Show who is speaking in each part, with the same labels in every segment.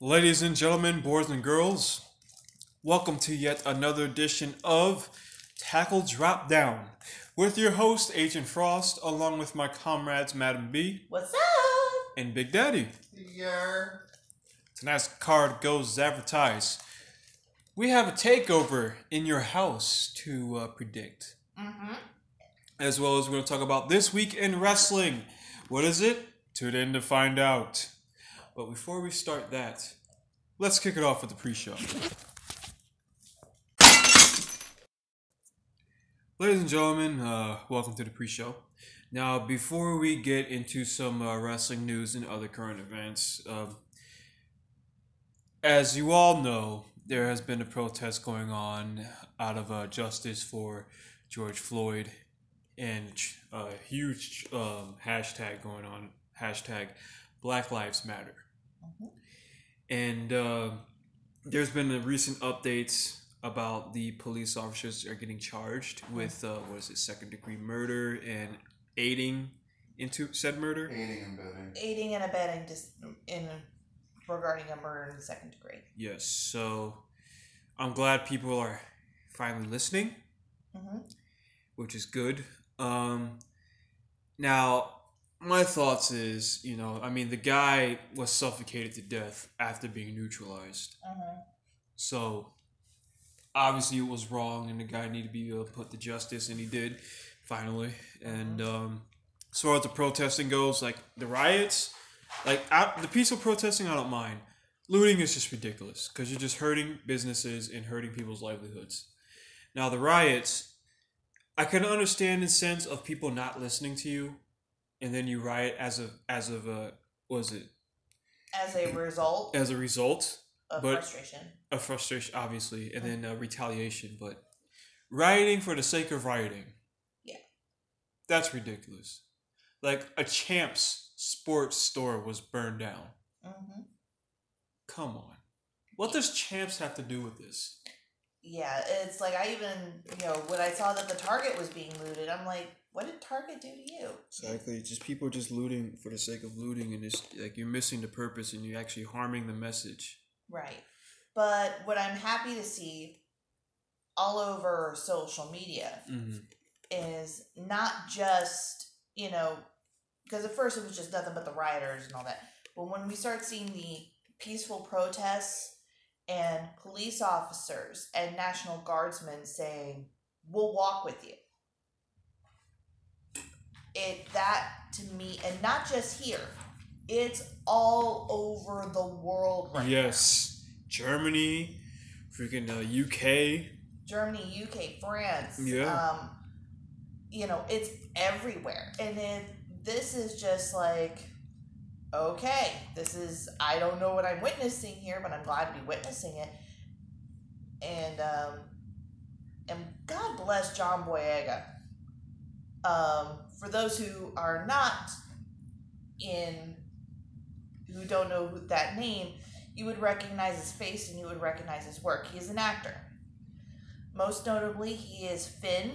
Speaker 1: Ladies and gentlemen, boys and girls, welcome to yet another edition of Tackle Drop Down with your host, Agent Frost, along with my comrades, Madam B
Speaker 2: What's up?
Speaker 1: and Big Daddy.
Speaker 3: Yer.
Speaker 1: Tonight's card goes advertised. We have a takeover in your house to uh, predict,
Speaker 2: Mm-hmm.
Speaker 1: as well as we're going to talk about this week in wrestling. What is it? Tune in to find out. But before we start that, let's kick it off with the pre-show. Ladies and gentlemen, uh, welcome to the pre-show. Now, before we get into some uh, wrestling news and other current events, um, as you all know, there has been a protest going on out of uh, justice for George Floyd and a huge um, hashtag going on hashtag Black Lives Matter.
Speaker 2: Mm-hmm.
Speaker 1: And uh, there's been a recent updates about the police officers are getting charged with uh, what is it second degree murder and aiding into said murder.
Speaker 3: Aiding and abetting.
Speaker 2: Aiding and abetting just in regarding a murder in the second degree.
Speaker 1: Yes, so I'm glad people are finally listening, Mm-hmm.
Speaker 2: Mhm.
Speaker 1: which is good. Um, now, my thoughts is, you know, I mean, the guy was suffocated to death after being neutralized.
Speaker 2: Mm-hmm.
Speaker 1: So obviously it was wrong, and the guy needed to be uh, put to justice, and he did finally. And um, as far as the protesting goes, like the riots, like I, the peaceful protesting, I don't mind. Looting is just ridiculous because you're just hurting businesses and hurting people's livelihoods. Now the riots, I can understand in sense of people not listening to you, and then you riot as of as of uh, was it
Speaker 2: As a result
Speaker 1: as a result
Speaker 2: of
Speaker 1: but-
Speaker 2: frustration.
Speaker 1: a frustration, obviously, and then uh, retaliation. But rioting for the sake of rioting,
Speaker 2: Yeah.
Speaker 1: that's ridiculous. Like a Champs sports store was burned down.
Speaker 2: Mm-hmm.
Speaker 1: Come on, what does Champs have to do with this?
Speaker 2: Yeah, it's like I even you know when I saw that the Target was being looted, I'm like, what did Target do to you?
Speaker 1: Exactly, just people just looting for the sake of looting, and it's like you're missing the purpose, and you're actually harming the message.
Speaker 2: Right. But what I'm happy to see all over social media
Speaker 1: Mm-hmm.
Speaker 2: is not just you know because at first it was just nothing but the rioters and all that but when we start seeing the peaceful protests and police officers and national guardsmen saying we'll walk with you it that to me and not just here it's all over the world right
Speaker 1: Yes, Germany, freaking uh, UK.
Speaker 2: Germany, UK, France.
Speaker 1: Yeah.
Speaker 2: Um, you know, it's everywhere. And then this is just like, okay, this is, I don't know what I'm witnessing here, but I'm glad to be witnessing it. And, um, and God bless John Boyega. Um, for those who are not in, who don't know who- that name, you would recognize his face and you would recognize his work. He is an actor. Most notably, he is Finn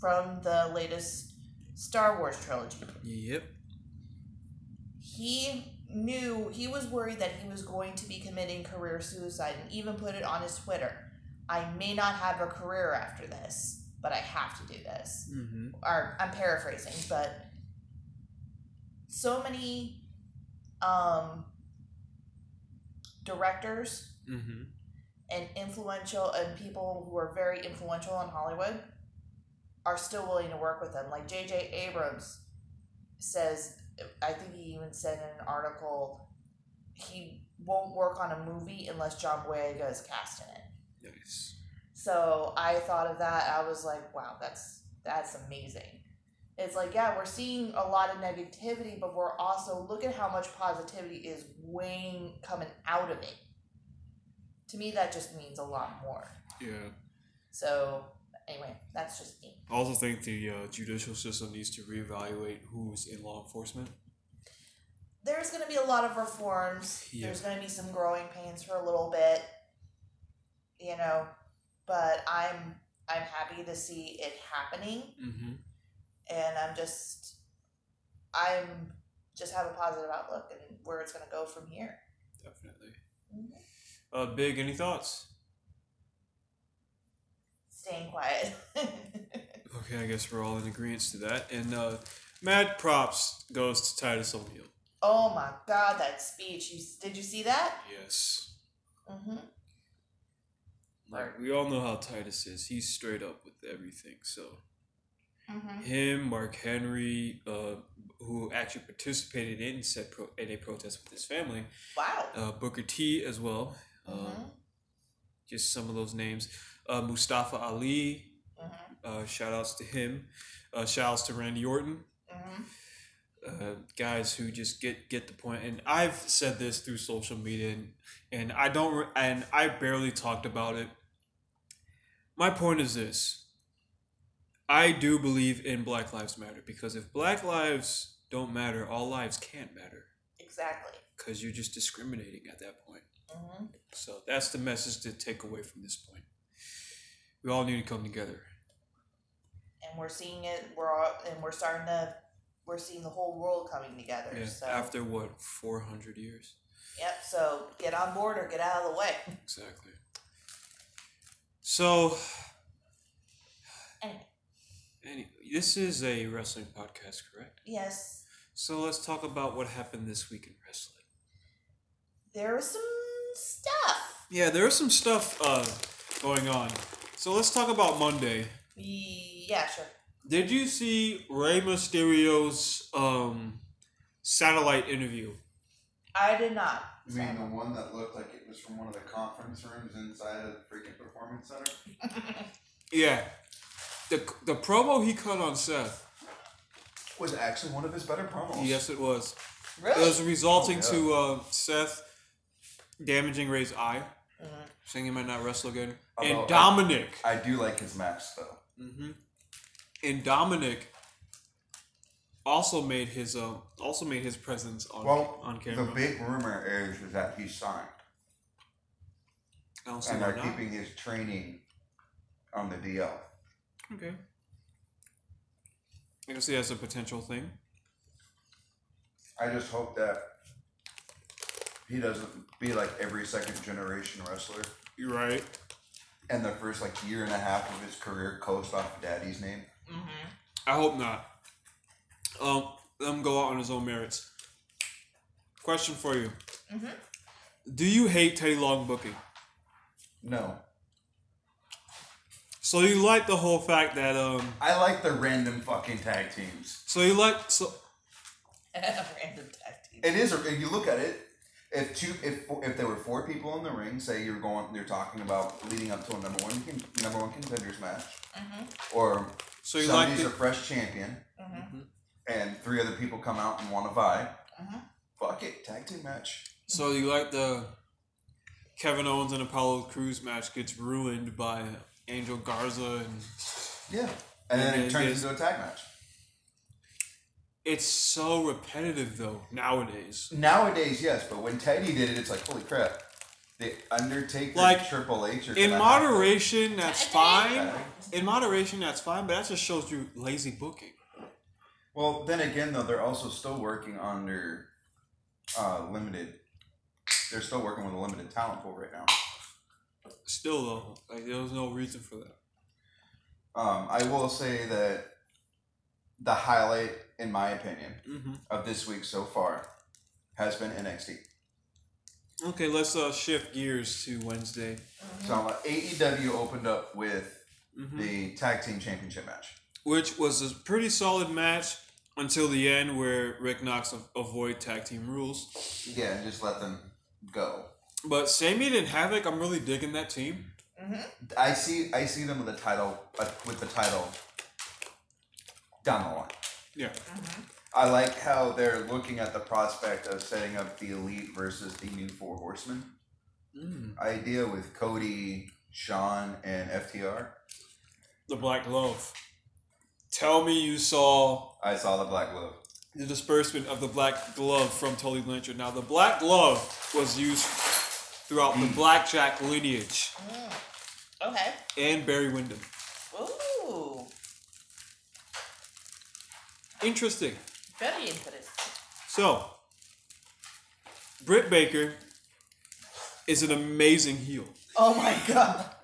Speaker 2: from the latest Star Wars trilogy.
Speaker 1: Yep.
Speaker 2: He knew he was worried that he was going to be committing career suicide and even put it on his Twitter. I may not have a career after this, but I have to do this
Speaker 1: Mm-hmm.
Speaker 2: or I'm paraphrasing, but so many um, directors
Speaker 1: Mm-hmm.
Speaker 2: and influential and people who are very influential in Hollywood are still willing to work with them. Like J.J. Abrams says, I think he even said in an article, he won't work on a movie unless John Boyega is cast in it.
Speaker 1: Nice.
Speaker 2: So I thought of that. I was like, wow, that's that's amazing. It's like, yeah, we're seeing a lot of negativity, but we're also look at how much positivity is weighing coming out of it. To me, that just means a lot more.
Speaker 1: Yeah.
Speaker 2: So anyway, that's just me.
Speaker 1: I also think the uh, judicial system needs to reevaluate who's in law enforcement.
Speaker 2: There's going to be a lot of reforms.
Speaker 1: Yeah.
Speaker 2: There's going to be some growing pains for a little bit, you know. But I'm I'm happy to see it happening,
Speaker 1: Mm-hmm.
Speaker 2: and I'm just, I'm just have a positive outlook and where it's going to go from here.
Speaker 1: Definitely. Uh, Big, any thoughts?
Speaker 2: Staying quiet.
Speaker 1: Okay, I guess we're all in agreement to that. And uh, mad props goes to Titus O'Neil.
Speaker 2: oh my God, that speech! You did you see that?
Speaker 1: Yes.
Speaker 2: Mm-hmm.
Speaker 1: Like, we all know how Titus is. He's straight up with everything. So
Speaker 2: Mm-hmm.
Speaker 1: him, Mark Henry, uh, who actually participated in said pro- in a protest with his family,
Speaker 2: Wow.
Speaker 1: uh, Booker T as well. Um,
Speaker 2: Mm-hmm.
Speaker 1: just some of those names. Uh, Mustafa Ali.
Speaker 2: Mm-hmm.
Speaker 1: Uh, shout outs to him. Uh, shout outs to Randy Orton.
Speaker 2: Mm-hmm.
Speaker 1: uh, guys who just get get the point and i've said this through social media and, and i don't re- and i barely talked about it my point is this i do believe in black lives matter because if black lives don't matter all lives can't matter
Speaker 2: Exactly.
Speaker 1: because you're just discriminating at that point
Speaker 2: Mm-hmm.
Speaker 1: so that's the message to take away from this point we all need to come together
Speaker 2: And we're seeing it. We're all, and we're starting to. We're seeing the whole world coming together.
Speaker 1: yeah,
Speaker 2: So
Speaker 1: after what 400 years
Speaker 2: yep. So get on board or get out of the way.
Speaker 1: exactly so
Speaker 2: Anyway.
Speaker 1: Any, this is a wrestling podcast, correct?
Speaker 2: Yes,
Speaker 1: So let's talk about what happened this week in wrestling.
Speaker 2: there was some stuff.
Speaker 1: Yeah, there was some stuff uh, going on. So let's talk about Monday.
Speaker 2: Yeah, sure.
Speaker 1: Did you see Rey Mysterio's um, satellite interview?
Speaker 2: I did not.
Speaker 3: You mean the one that looked like it was from one of the conference rooms inside of the freaking performance center?
Speaker 1: Yeah. The, the promo he cut on Seth.
Speaker 3: Was actually one of his better promos.
Speaker 1: Yes, it was. It
Speaker 2: Really?
Speaker 1: was resulting
Speaker 3: Oh,
Speaker 1: to uh, Seth damaging Ray's eye,
Speaker 2: Mhm.
Speaker 1: saying he might not wrestle again.
Speaker 3: Although-
Speaker 1: And Dominic.
Speaker 3: Oh, I do like his match though.
Speaker 1: Mm-hmm. And Dominic also made his uh, also made his presence on
Speaker 3: Well,
Speaker 1: on
Speaker 3: The
Speaker 1: camera.
Speaker 3: big rumor is, is that he signed
Speaker 1: I don't see
Speaker 3: and
Speaker 1: why
Speaker 3: are
Speaker 1: Oh, not.
Speaker 3: keeping his training on the DL.
Speaker 1: Okay. I can see that's a potential thing.
Speaker 3: I just hope that he doesn't be like every second generation wrestler
Speaker 1: You're right.
Speaker 3: and the first like year and a half of his career coast off daddy's name.
Speaker 2: Mhm.
Speaker 1: I hope not. Um, let him go out on his own merits. Question for you:
Speaker 2: Mhm.
Speaker 1: Do you hate Teddy Long booking?
Speaker 3: No.
Speaker 1: So you like the whole fact that um,
Speaker 3: I like the random fucking tag teams.
Speaker 1: so you like so
Speaker 2: Random tactics.
Speaker 3: It is. If you look at it, if two, if if there were four people in the ring, say you're going, you're talking about leading up to a number one con- number one contenders match,
Speaker 2: Mhm.
Speaker 3: or
Speaker 1: so you like
Speaker 3: somebody's
Speaker 1: the,
Speaker 3: a fresh champion,
Speaker 2: Mhm.
Speaker 3: and three other people come out and want to vie.
Speaker 1: Uh-huh.
Speaker 2: Mhm.
Speaker 3: Fuck it, tag team match.
Speaker 1: So you like the Kevin Owens and Apollo Cruz match gets ruined by Angel Garza and
Speaker 3: Yeah, and then
Speaker 1: Yeah,
Speaker 3: it turns
Speaker 1: yes.
Speaker 3: into a tag match.
Speaker 1: it's so repetitive though nowadays.
Speaker 3: Nowadays, yes, but when Teddy did it, it's like holy crap. The Undertaker,
Speaker 1: Like,
Speaker 3: Triple H, are
Speaker 1: In
Speaker 3: gonna
Speaker 1: moderation, that's
Speaker 3: have to
Speaker 1: fine.
Speaker 3: tag.
Speaker 1: In moderation, that's fine, but that just shows you lazy booking.
Speaker 3: Well, then again, though, they're also still working under uh, limited. They're still working with a limited talent pool right now.
Speaker 1: Still though, like there was no reason for that.
Speaker 3: Um, I will say that the highlight, in my opinion,
Speaker 1: hmm
Speaker 3: of this week so far has been NXT.
Speaker 1: Okay, let's uh, shift gears to Wednesday.
Speaker 2: Mm-hmm.
Speaker 3: So uh, AEW opened up with
Speaker 1: hmm
Speaker 3: the tag team championship match.
Speaker 1: which was a pretty solid match until the end, where Rick Knox av- avoid tag team rules.
Speaker 3: Yeah, and just let them go.
Speaker 1: But Sami and Havoc, I'm really digging that team.
Speaker 2: Mhm.
Speaker 3: I see. I see them with the title. Uh, with the title down the line.
Speaker 1: Yeah.
Speaker 2: Mhm.
Speaker 3: I like how they're looking at the prospect of setting up the elite versus the new four horsemen
Speaker 1: Mm.
Speaker 3: idea with Cody, Sean, and FTR.
Speaker 1: The Black Glove. Tell me you saw
Speaker 3: I saw the Black Glove.
Speaker 1: the disbursement of the Black Glove from Tully Blanchard. Now, the Black Glove was used throughout the
Speaker 3: Mm.
Speaker 1: Blackjack lineage
Speaker 2: Mm. Okay.
Speaker 1: and Barry Windham. interesting.
Speaker 2: Very interesting.
Speaker 1: So, Britt Baker is an amazing heel.
Speaker 2: Oh my god.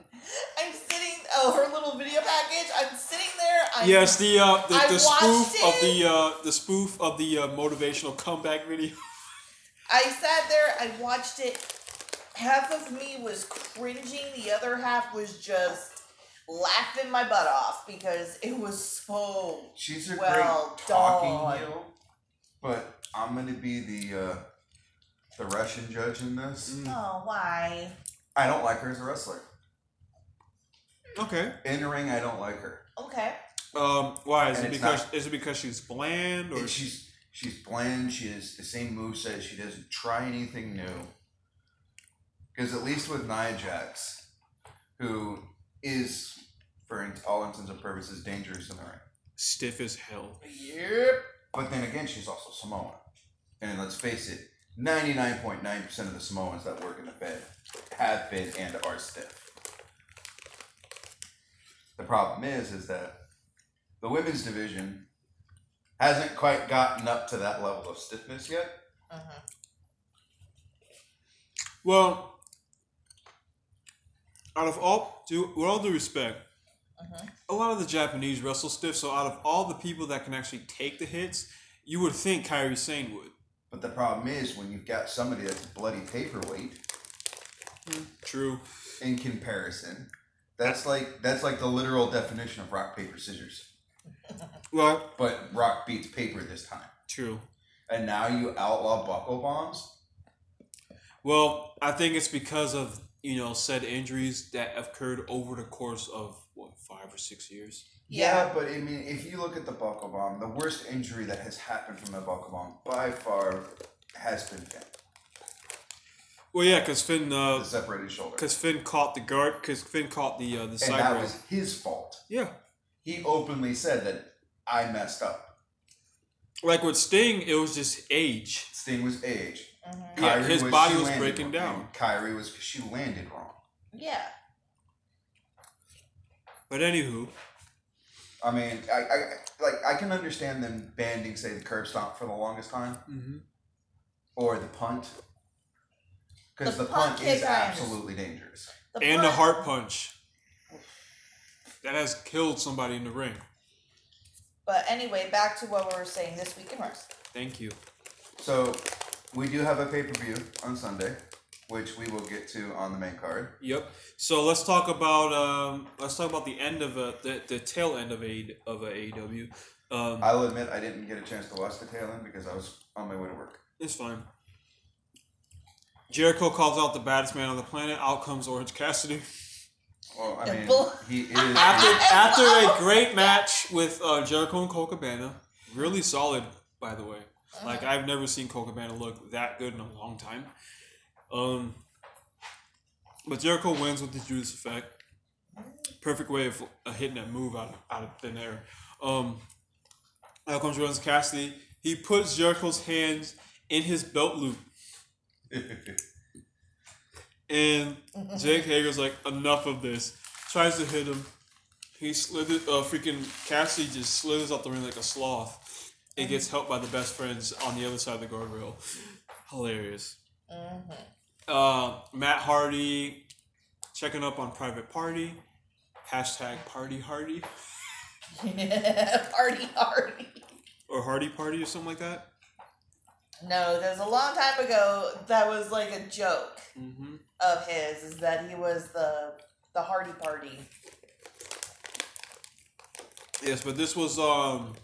Speaker 2: I'm sitting. Oh, her little video package. I'm sitting there. I'm,
Speaker 1: yes, the uh, the,
Speaker 2: I
Speaker 1: the
Speaker 2: watched
Speaker 1: spoof of
Speaker 2: it.
Speaker 1: the uh, the spoof of the uh, motivational comeback video.
Speaker 2: I sat there. I watched it. Half of me was cringing. The other half was just laughing my butt off because it was so.
Speaker 3: She's a
Speaker 2: Well
Speaker 3: great talking
Speaker 2: done.
Speaker 3: heel, but I'm gonna be the uh, the Russian judge in this.
Speaker 1: Mm,
Speaker 2: Oh, why?
Speaker 3: I don't like her as a wrestler.
Speaker 1: Okay.
Speaker 3: In the ring, I don't like her.
Speaker 2: Okay.
Speaker 1: Um, why is
Speaker 3: And
Speaker 1: it
Speaker 3: it's
Speaker 1: because is it because she's bland or
Speaker 3: And she's she's bland. She has the same move set. She doesn't try anything new. Because at least with Nia Jax, who is for all intents and purposes dangerous in the ring,
Speaker 1: stiff as hell?
Speaker 2: Yep.
Speaker 3: but then again, she's also Samoan, and let's face it, ninety nine point nine percent of the Samoans that work in the Fed have been and are stiff. The problem is, is that the women's division hasn't quite gotten up to that level of stiffness yet.
Speaker 2: Mhm.
Speaker 1: Well, out of all, do with all due respect,
Speaker 2: Mhm.
Speaker 1: a lot of the Japanese wrestle stiff. So out of all the people that can actually take the hits, you would think Kairi Sane would.
Speaker 3: But the problem is when you've got somebody that's bloody paperweight
Speaker 1: True.
Speaker 3: in comparison. That's like that's like the literal definition of rock paper scissors.
Speaker 1: Well,
Speaker 3: But rock beats paper this time.
Speaker 1: true.
Speaker 3: And now you outlaw buckle bombs.
Speaker 1: Well, I think it's because of you know said injuries that occurred over the course of what five or six years.
Speaker 3: Yeah,
Speaker 2: Yeah.
Speaker 3: but I mean, if you look at the buckle bomb, the worst injury that has happened from the buckle bomb by far has been Finn,
Speaker 1: Well, yeah, because Finn,
Speaker 3: the
Speaker 1: uh,
Speaker 3: separated shoulder,
Speaker 1: because Finn caught the guard, because Finn caught the uh, the
Speaker 3: and
Speaker 1: side
Speaker 3: that
Speaker 1: rail.
Speaker 3: was his fault.
Speaker 1: Yeah,
Speaker 3: He openly said that I messed up.
Speaker 1: like with Sting, it was just age.
Speaker 3: Sting was age.
Speaker 2: Mhm.
Speaker 1: Yeah, his body
Speaker 3: she
Speaker 1: was
Speaker 3: landed
Speaker 1: breaking
Speaker 3: wrong.
Speaker 1: down.
Speaker 3: Kyrie was she landed wrong.
Speaker 2: Yeah.
Speaker 1: But anywho,
Speaker 3: I mean, I, I like I can understand them banding, say, the curb stomp for the longest time,
Speaker 1: mm-hmm.
Speaker 3: or the punt, because
Speaker 2: The
Speaker 3: the, punt,
Speaker 2: punt
Speaker 3: is
Speaker 2: kick, I
Speaker 3: absolutely dangerous.
Speaker 1: and the
Speaker 2: punt-
Speaker 1: heart punch that has killed somebody in the ring.
Speaker 2: But anyway, back to what we were saying this week in Rust.
Speaker 1: Thank you.
Speaker 3: So we do have a pay per view on Sunday, which we will get to on the main card.
Speaker 2: Mm-hmm.
Speaker 1: Yep. So let's talk about um, let's talk about the end of a, the the tail end of a E, of a AEW. Um,
Speaker 3: I'll admit I didn't get a chance to watch the tail end because I was on my way to work.
Speaker 1: It's fine. Jericho calls out the baddest man on the planet. Out comes Orange Cassidy.
Speaker 3: Well, I
Speaker 2: The
Speaker 3: mean,
Speaker 2: bull-
Speaker 3: he is.
Speaker 1: After
Speaker 2: I
Speaker 1: after a
Speaker 2: love-
Speaker 1: great match with uh, Jericho and Cole Cabana, really solid, by the way.
Speaker 2: Uh-huh. Mm-hmm,
Speaker 1: Like I've never seen Cole Cabana look that good in a long time. Um, but Jericho wins with the Judas effect. Perfect way of uh, hitting that move out of, out of thin air. Um, out comes Orange Cassidy. He puts Jericho's hands in his belt loop, and
Speaker 2: mm-hmm,
Speaker 1: Jake Hager's like, enough of this. Tries to hit him. He slithers, uh, freaking Cassidy just slithers out the ring like a sloth. It gets helped by the best friends on the other side of the guardrail. Hilarious.
Speaker 2: Mhm.
Speaker 1: Uh, Matt Hardy checking up on Private Party. Hashtag Party Hardy
Speaker 2: Party Hardy.
Speaker 1: or Hardy Party or something like that.
Speaker 2: No, there's a long time ago that was like a joke
Speaker 1: Mm-hmm.
Speaker 2: of his is that he was the the Hardy Party.
Speaker 1: Yes, but this was um,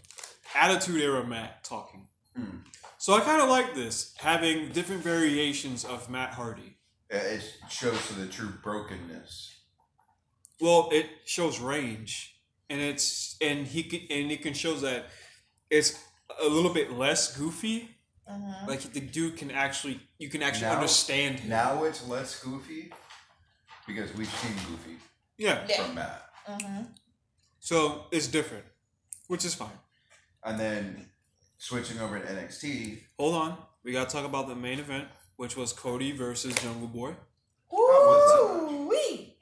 Speaker 1: Attitude Era Matt talking.
Speaker 3: Hmm.
Speaker 1: So I kind of like this, having different variations of Matt Hardy.
Speaker 3: it shows the true brokenness.
Speaker 1: Well, it shows range, and it's and he can, and it can shows that it's a little bit less goofy.
Speaker 2: Mm-hmm.
Speaker 1: Like the dude can actually, you can actually
Speaker 3: Now-
Speaker 1: understand him.
Speaker 3: Now it's less goofy because we've seen goofy
Speaker 1: Yeah,
Speaker 2: Yeah.
Speaker 3: from Matt,
Speaker 2: Mm-hmm.
Speaker 1: so it's different, which is fine. and
Speaker 3: and then switching over to NXT.
Speaker 1: Hold on, we gotta talk about the main event, which was Cody versus Jungle Boy.
Speaker 3: was that match?
Speaker 2: Woo wee!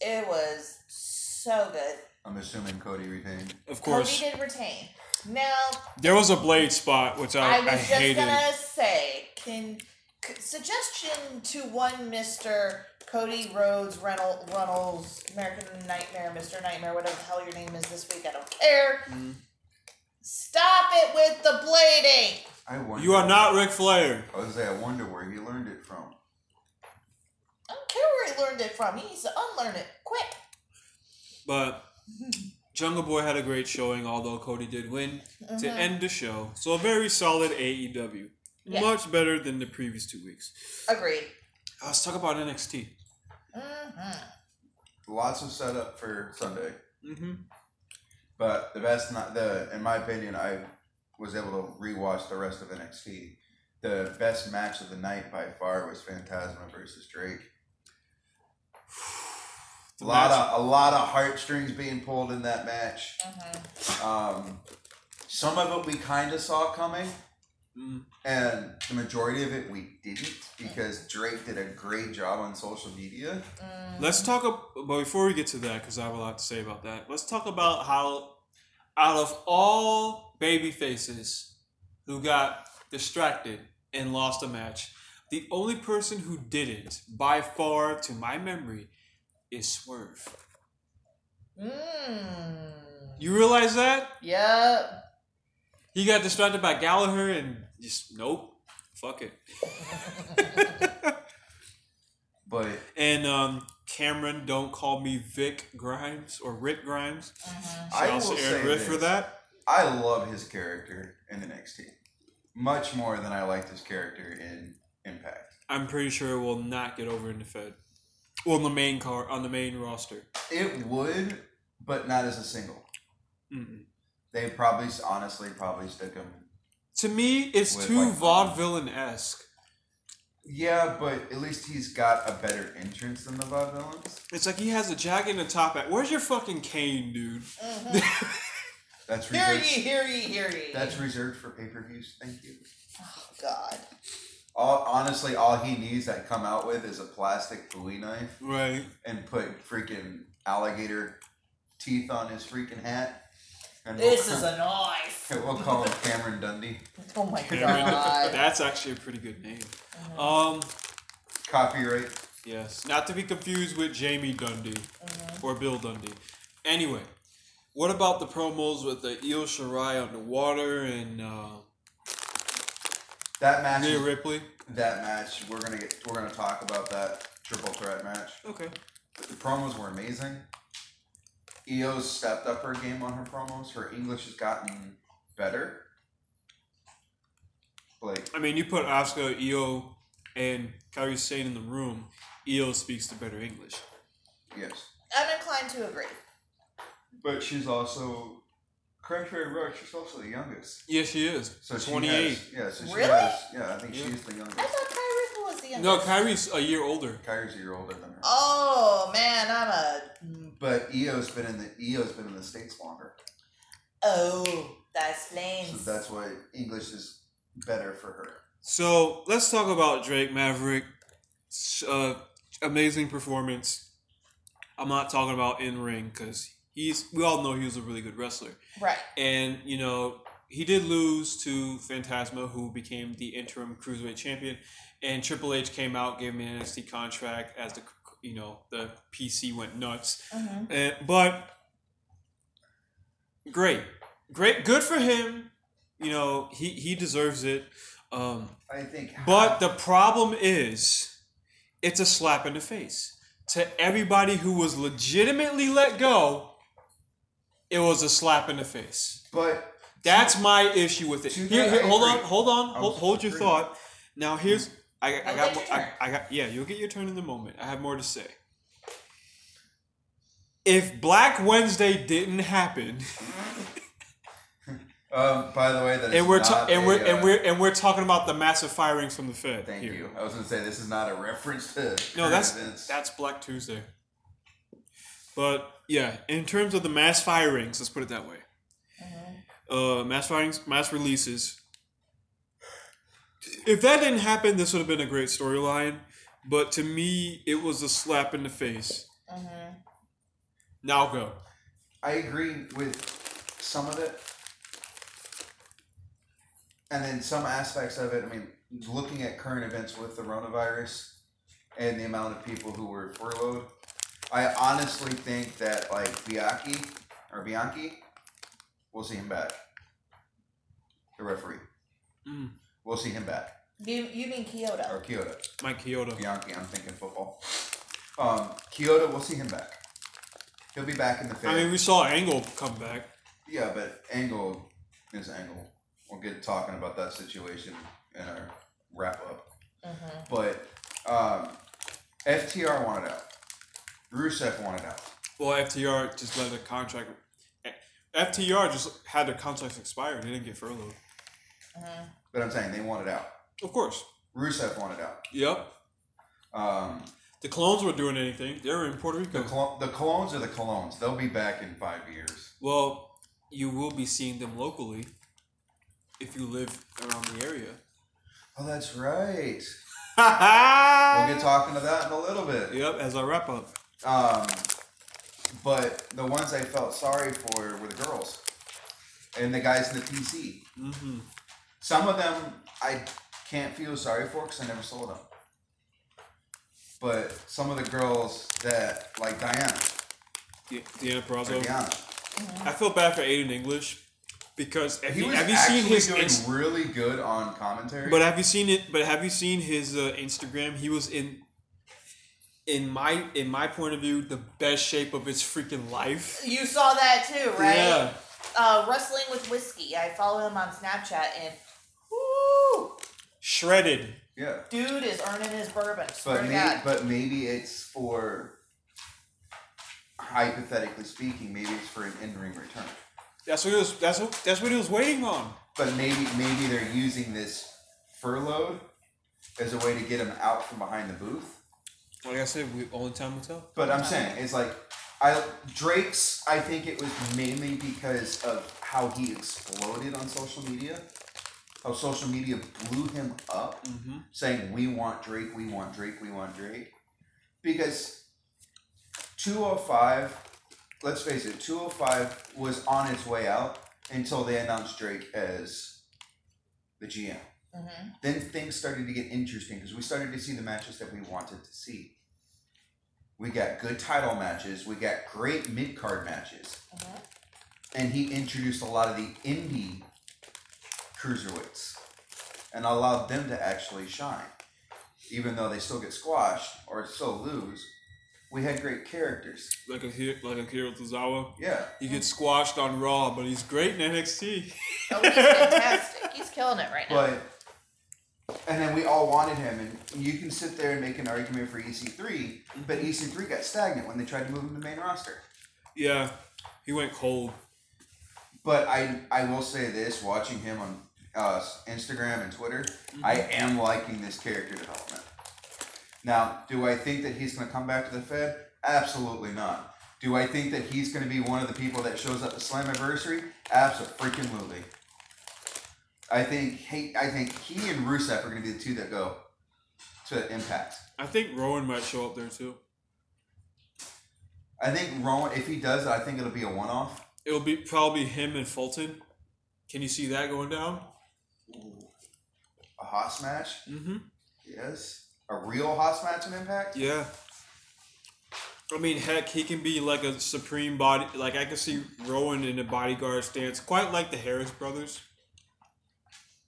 Speaker 2: It was so good.
Speaker 3: I'm assuming Cody retained.
Speaker 1: Of
Speaker 2: Cody
Speaker 1: course,
Speaker 2: did retain. Now,
Speaker 1: there was a blade spot which I,
Speaker 2: I
Speaker 1: I,
Speaker 2: was just
Speaker 1: hated.
Speaker 2: gonna say, can c- suggestion to one Mister Cody Rhodes Reynolds, Runnels, American Nightmare, Mister Nightmare, whatever the hell your name is this week, I don't care.
Speaker 1: Mhm.
Speaker 2: Stop it with the blading.
Speaker 3: I wonder.
Speaker 1: You are not Ric Flair.
Speaker 3: I was gonna say, I wonder where he learned it from.
Speaker 2: I don't care where he learned it from. He needs to unlearn it quick.
Speaker 1: But Jungle Boy had a great showing, although Cody did win to
Speaker 2: Mhm.
Speaker 1: end the show. So a very solid AEW.
Speaker 2: Yeah.
Speaker 1: Much better than the previous two weeks.
Speaker 2: Agreed.
Speaker 1: Uh, Let's talk about NXT.
Speaker 2: hmm
Speaker 3: Lots of setup for Sunday,
Speaker 1: Mm-hmm.
Speaker 3: but the best, not the in my opinion, I was able to rewatch the rest of NXT. The best match of the night by far was Phantasma versus Drake. A lot of a lot of heartstrings being pulled in that match.
Speaker 2: hmm
Speaker 3: Um, some of it we kind of saw coming,
Speaker 1: Mm.
Speaker 3: and the majority of it we didn't because Drake did a great job on social media.
Speaker 2: Mm-hmm.
Speaker 1: Let's talk ab- but before we get to that cuz I have a lot to say about that. Let's talk about how out of all baby faces who got distracted and lost a match, the only person who didn't by far to my memory is Swerve.
Speaker 2: Mm-hmm. Mm.
Speaker 1: You realize that?
Speaker 2: Yep.
Speaker 1: He got distracted by Gallagher and just nope, fuck it.
Speaker 3: But
Speaker 1: And um, Cameron, don't call me Vic Grimes or Rick Grimes.
Speaker 2: Mhm.
Speaker 3: I
Speaker 1: Shouts to
Speaker 3: will
Speaker 1: Aaron
Speaker 3: say
Speaker 1: Riff
Speaker 3: this.
Speaker 1: for that.
Speaker 3: I love his character in NXT much more than I liked his character in Impact.
Speaker 1: I'm pretty sure it will not get over in the Fed. Well, on the main car on the main roster.
Speaker 3: It would, but not as a single.
Speaker 1: Mm-mm.
Speaker 3: They probably, honestly, probably stick him.
Speaker 1: To me, it's
Speaker 3: With,
Speaker 1: too
Speaker 3: like, um,
Speaker 1: vaudevillain esque.
Speaker 3: Yeah, but at least he's got a better entrance than the Bob Villains.
Speaker 1: It's like he has a jacket and a top hat. Where's your fucking cane, dude?
Speaker 2: Mhm.
Speaker 3: That's
Speaker 2: Mm-hmm. Hear ye,
Speaker 3: reserved.
Speaker 2: hear ye, hear ye.
Speaker 3: That's reserved for pay per views. Thank you.
Speaker 2: oh, God.
Speaker 3: All honestly, all he needs I come out with is a plastic Bowie knife
Speaker 1: Right.
Speaker 3: and put freaking alligator teeth on his freaking hat. And
Speaker 2: This
Speaker 3: we'll,
Speaker 2: is a knife.
Speaker 3: we'll call him Cameron Dundee.
Speaker 2: Oh my
Speaker 1: Cameron,
Speaker 2: God.
Speaker 1: that's actually a pretty good name.
Speaker 2: Mhm.
Speaker 1: Um,
Speaker 3: Copyright.
Speaker 1: yes, not to be confused with Jamie Dundee.
Speaker 2: Mhm.
Speaker 1: or Bill Dundee. Anyway, what about the promos with the Io Shirai on the water and uh,
Speaker 3: That match.
Speaker 1: Rhea
Speaker 3: is-
Speaker 1: Ripley?
Speaker 3: that match. We're gonna get. We're gonna talk about that triple threat match.
Speaker 1: Okay.
Speaker 3: The promos were amazing. Io's stepped up her game on her promos. Her English has gotten better. Like
Speaker 1: I mean, you put Asuka, Io, and Kyrie Sane in the room. Io speaks the better English.
Speaker 3: yes,
Speaker 2: I'm inclined to agree.
Speaker 3: but she's also. Contrary to Rock, she's also the youngest.
Speaker 1: Yes, she is.
Speaker 3: So she
Speaker 1: 28.
Speaker 3: has- yeah, so she
Speaker 2: Really?
Speaker 3: has, yeah, I think
Speaker 1: Yeah.
Speaker 3: she's the
Speaker 2: I
Speaker 3: youngest.
Speaker 2: thought Kai Ripple was the youngest.
Speaker 1: No, Kyrie's a year older.
Speaker 3: Kyrie's a year older than her.
Speaker 2: Oh, man, I'm a.
Speaker 3: But EO's been in the EO's been in the states longer,
Speaker 2: Oh, that's
Speaker 3: so
Speaker 2: flames.
Speaker 3: that's why English is better for her.
Speaker 1: So let's talk about Drake Maverick. S- Uh, amazing performance. I'm not talking about in ring because he's. We all know he was a really good wrestler.
Speaker 2: Right.
Speaker 1: And, you know, he did lose to Phantasma, who became the interim cruiserweight champion. And Triple H came out, gave him an NXT contract as the, you know, the PC went nuts.
Speaker 2: Mhm.
Speaker 1: And, but great, great, good for him. You know, he he deserves it. Um,
Speaker 3: I think.
Speaker 1: but the problem is, it's a slap in the face to everybody who was legitimately let go. It was a slap in the face.
Speaker 3: but
Speaker 1: That's my issue with it.
Speaker 3: To
Speaker 1: Here,
Speaker 3: that,
Speaker 1: here,
Speaker 3: I
Speaker 1: hold on,
Speaker 3: agree.
Speaker 1: hold on,
Speaker 3: I
Speaker 1: hold,
Speaker 3: was Mm-hmm.
Speaker 1: hold your
Speaker 3: agreeing.
Speaker 1: thought. Now here's I, I
Speaker 2: You'll
Speaker 1: got
Speaker 2: get
Speaker 1: more,
Speaker 2: your
Speaker 1: I,
Speaker 2: turn.
Speaker 1: I got yeah you'll get your turn in a moment. I have more to say. If Black Wednesday didn't happen,
Speaker 3: um, by the way, that
Speaker 1: and
Speaker 3: is
Speaker 1: we're ta-
Speaker 3: not
Speaker 1: and we're
Speaker 3: a, uh,
Speaker 1: and we're and we're talking about the massive firings from the Fed.
Speaker 3: Thank
Speaker 1: here.
Speaker 3: you. I was gonna say this is not a reference to.
Speaker 1: No,
Speaker 3: current
Speaker 1: that's
Speaker 3: events.
Speaker 1: that's Black Tuesday. But yeah, in terms of the mass firings, let's put it that way.
Speaker 2: Mhm.
Speaker 1: uh, mass firings, mass releases. If that didn't happen, this would have been a great storyline. But to
Speaker 2: mm-hmm.
Speaker 1: me, it was a slap in the face.
Speaker 2: Mhm.
Speaker 1: Now go.
Speaker 3: I agree with some of it, and then some aspects of it. I mean, looking at current events with the coronavirus and the amount of people who were furloughed, I honestly think that like Bianchi or Bianchi, we'll see him back. The referee,
Speaker 1: Mm.
Speaker 3: we'll see him back
Speaker 2: You you mean Kyoto?
Speaker 3: or Kyoto.
Speaker 1: Mike Kyoto.
Speaker 3: Bianchi, I'm thinking football. Um, Kyoto, we'll see him back. He'll be back in the
Speaker 1: I mean,
Speaker 3: fair.
Speaker 1: we saw Angle come back.
Speaker 3: Yeah, but Angle is Angle. We'll get talking about that situation in our wrap up.
Speaker 2: Mhm.
Speaker 3: But um, FTR wanted out. Rusev wanted out.
Speaker 1: Well, FTR just let the contract. FTR just had their contracts expire and they didn't get furloughed.
Speaker 2: Mhm.
Speaker 3: But I'm saying they wanted out.
Speaker 1: Of course.
Speaker 3: Rusev wanted out.
Speaker 1: Yep.
Speaker 3: Um,
Speaker 1: The clones were doing anything. They were in Puerto
Speaker 3: the
Speaker 1: Rico.
Speaker 3: clo- the clones are the clones. They'll be back in five years.
Speaker 1: well, you will be seeing them locally if you live around the area.
Speaker 3: Oh, that's right. We'll
Speaker 1: we'll
Speaker 3: get talking to that in a little bit.
Speaker 1: Yep, as I wrap up.
Speaker 3: Um, but the ones I felt sorry for were the girls and the guys in the PC.
Speaker 1: Mm-hmm.
Speaker 3: Some of them I can't feel sorry for because I never saw them. But some of the girls that, like Diana,
Speaker 1: Deanna
Speaker 3: or
Speaker 1: Perrazzo.
Speaker 3: Diana,
Speaker 2: Mhm.
Speaker 1: I feel bad for Aiden English because have
Speaker 3: he
Speaker 1: you,
Speaker 3: was
Speaker 1: have you
Speaker 3: actually
Speaker 1: seen his
Speaker 3: doing
Speaker 1: Inst-
Speaker 3: really good on commentary.
Speaker 1: But have you seen it? But have you seen his uh, Instagram? He was in, in my in my point of view, the best shape of his freaking life.
Speaker 2: You saw that too, right?
Speaker 1: Yeah,
Speaker 2: Uh, Wrestling with Whiskey. I follow him on Snapchat, and whoo,
Speaker 1: shredded.
Speaker 3: yeah,
Speaker 2: dude is earning his bourbon. Swear
Speaker 3: but
Speaker 2: to
Speaker 3: maybe,
Speaker 2: God.
Speaker 3: but maybe it's for hypothetically speaking, maybe it's for an in ring return.
Speaker 1: That's what he was. That's what that's what he was waiting on.
Speaker 3: But maybe maybe they're using this furlough as a way to get him out from behind the booth.
Speaker 1: Like I said, we only time will tell.
Speaker 3: But I'm saying it's like I Drake's. I think it was mainly because of how he exploded on social media. How social media blew him up,
Speaker 1: Mm-hmm.
Speaker 3: saying we want Drake, we want Drake, we want Drake, because 205. Let's face it, 205 was on its way out until they announced Drake as the GM.
Speaker 2: Mhm.
Speaker 3: then things started to get interesting because we started to see the matches that we wanted to see. We got good title matches, we got great mid card matches,
Speaker 2: Mhm.
Speaker 3: and he introduced a lot of the indie cruiserweights and allowed them to actually shine. Even though they still get squashed or still lose, we had great characters.
Speaker 1: Like a hero, like a hero Tozawa.
Speaker 3: Yeah.
Speaker 1: He gets squashed on Raw, but he's great in NXT.
Speaker 2: Oh, he's fantastic. he's killing it right now.
Speaker 3: But and then we all wanted him, and you can sit there and make an argument for EC3, but EC3 got stagnant when they tried to move him to main roster.
Speaker 1: Yeah, he went cold.
Speaker 3: But I I will say this: watching him on uh, Instagram and Twitter, I am liking this character development. Now, do I think that he's going to come back to the Fed? Absolutely not. Do I think that he's going to be one of the people that shows up at Slammiversary? Absolutely. I think he, I think he and Rusev are going to be the two that go to Impact.
Speaker 1: I think Rowan might show up there too.
Speaker 3: I think Rowan, if he does, I think it'll be a one-off.
Speaker 1: It'll be probably him and Fulton. Can you see that going down?
Speaker 3: A hot smash,
Speaker 1: Mm-hmm.
Speaker 3: yes. A real hot smash in Impact.
Speaker 1: Yeah. I mean, heck, he can be like a supreme body. Like I can see Rowan in a bodyguard stance, quite like the Harris brothers.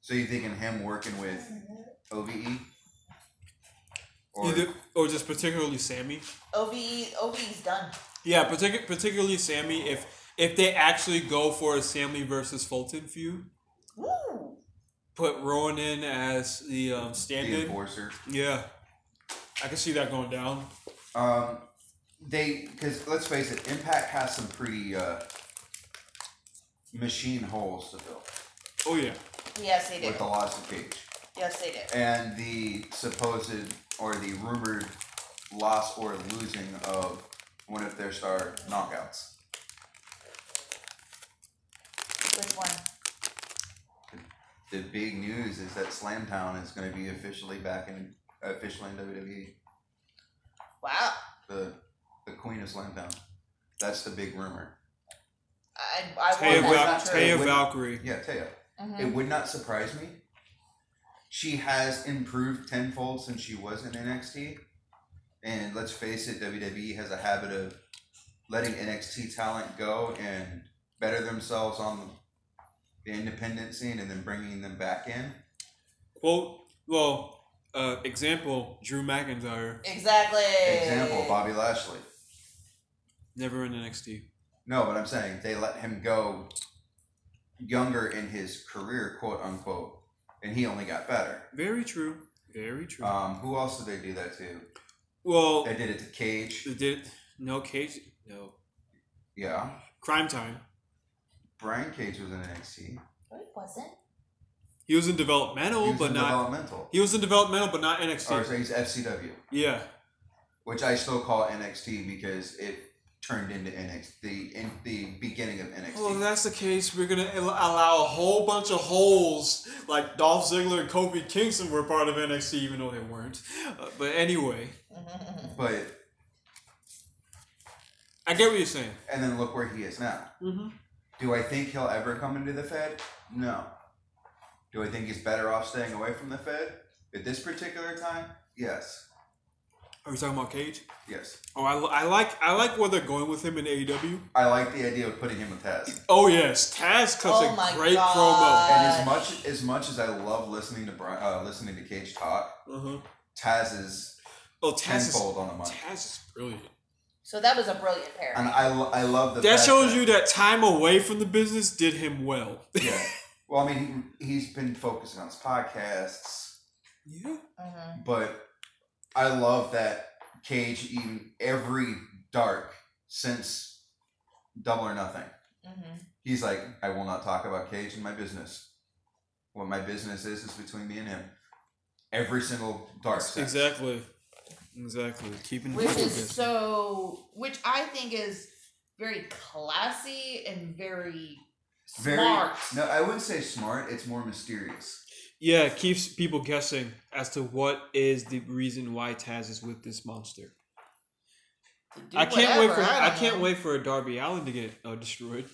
Speaker 3: So you're thinking him working with
Speaker 2: Mm-hmm.
Speaker 3: OVE? Or
Speaker 1: Either or just particularly Sammy.
Speaker 2: OVE, OVE's done.
Speaker 1: Yeah, particu- particularly Sammy. If if they actually go for a Sammy versus Fulton feud,
Speaker 2: Woo!
Speaker 1: put Rowan in as the um,
Speaker 3: the
Speaker 1: stand-in.
Speaker 3: enforcer.
Speaker 1: Yeah, I can see that going down.
Speaker 3: Um, they because let's face it, Impact has some pretty uh, machine holes to fill
Speaker 1: Oh yeah,
Speaker 2: Yes, they
Speaker 3: with
Speaker 2: did.
Speaker 3: the loss of Cage
Speaker 2: Yes, they did.
Speaker 3: and the supposed or the rumored loss or losing of one of their star knockouts.
Speaker 2: Which one?
Speaker 3: The big news is that Slamtown is going to be officially back in officially in E. WWE.
Speaker 2: Wow.
Speaker 3: the the queen of slam down. That's the big rumor.
Speaker 2: I, I
Speaker 1: Taya,
Speaker 2: want
Speaker 1: Val-
Speaker 2: that
Speaker 3: not
Speaker 2: to be
Speaker 3: Taya
Speaker 2: true.
Speaker 1: Taya
Speaker 3: Win-
Speaker 1: Valkyrie.
Speaker 3: Yeah, Taya.
Speaker 2: Mhm.
Speaker 3: It would not surprise me. She has improved tenfold since she was in NXT. And let's face it, WWE has a habit of letting NXT talent go and better themselves on the independent scene and then bringing them back in.
Speaker 1: Quote, well, uh, example, Drew McIntyre,
Speaker 2: Exactly.
Speaker 3: Example Bobby Lashley.
Speaker 1: never in NXT.
Speaker 3: No, but I'm saying they let him go younger in his career, quote unquote, and he only got better.
Speaker 1: Very true. Very true.
Speaker 3: Um, who else did they do that to?
Speaker 1: well,
Speaker 3: They did it to Cage.
Speaker 1: they did no cage, no
Speaker 3: Yeah.
Speaker 1: crime time.
Speaker 3: Brian Cage was in NXT.
Speaker 2: No, it wasn't.
Speaker 1: He was in
Speaker 3: He
Speaker 1: developmental,
Speaker 3: was
Speaker 1: but
Speaker 3: in Oh,
Speaker 1: not.
Speaker 3: developmental.
Speaker 1: he was in developmental, but not NXT.
Speaker 3: Or so he's FCW,
Speaker 1: Yeah,
Speaker 3: which I still call NXT because it turned into NXT the in the beginning of NXT.
Speaker 1: Well, if that's the case, we're gonna al- allow a whole bunch of holes like Dolph Ziggler and Kofi Kingston were part of NXT, even though they weren't. Uh, but anyway,
Speaker 2: Mm-hmm.
Speaker 3: but
Speaker 1: I get what you're saying.
Speaker 3: and then look where he is now.
Speaker 1: Mm-hmm.
Speaker 3: Do I think he'll ever come into the Fed? No. Do I think he's better off staying away from the Fed at this particular time? Yes.
Speaker 1: Are we talking about Cage?
Speaker 3: Yes.
Speaker 1: Oh, I, li- I like I like where they're going with him in AEW.
Speaker 3: I like the idea of putting him with Taz.
Speaker 1: Oh yes, Taz cuts
Speaker 2: Oh my
Speaker 1: a great
Speaker 2: God.
Speaker 3: And
Speaker 1: Uh,
Speaker 3: as
Speaker 2: Gosh.
Speaker 3: much as much as I love listening to Bri- uh, listening to Cage talk,
Speaker 1: promo. Uh-huh.
Speaker 3: Taz is
Speaker 1: Oh, Taz is
Speaker 3: tenfold on the money.
Speaker 1: Taz is brilliant.
Speaker 2: So that was a brilliant pair.
Speaker 3: And I, lo- I love the
Speaker 1: That
Speaker 3: fact
Speaker 1: shows you that time away from the business did him well.
Speaker 3: Yeah. Well, I mean, he, he's been focusing on his podcasts,
Speaker 1: Yeah.
Speaker 2: Mhm.
Speaker 3: but I love that Cage eaten every dark since Double or Nothing.
Speaker 2: Mhm.
Speaker 3: He's like, I will not talk about Cage in my business. What my business is is between me and him. Every single dark. sense.
Speaker 1: Exactly. Exactly. Keeping it
Speaker 2: Which
Speaker 1: focused.
Speaker 2: is so, which I think is very classy and very
Speaker 3: Very.
Speaker 2: smart.
Speaker 3: No, I wouldn't say smart. It's more mysterious.
Speaker 1: Yeah, it keeps people guessing as to what is the reason why Taz is with this monster.
Speaker 2: to do
Speaker 1: I can't wait
Speaker 2: whatever,
Speaker 1: for I,
Speaker 2: don't
Speaker 1: can't
Speaker 2: know.
Speaker 1: wait for a Darby Allen to get uh, destroyed.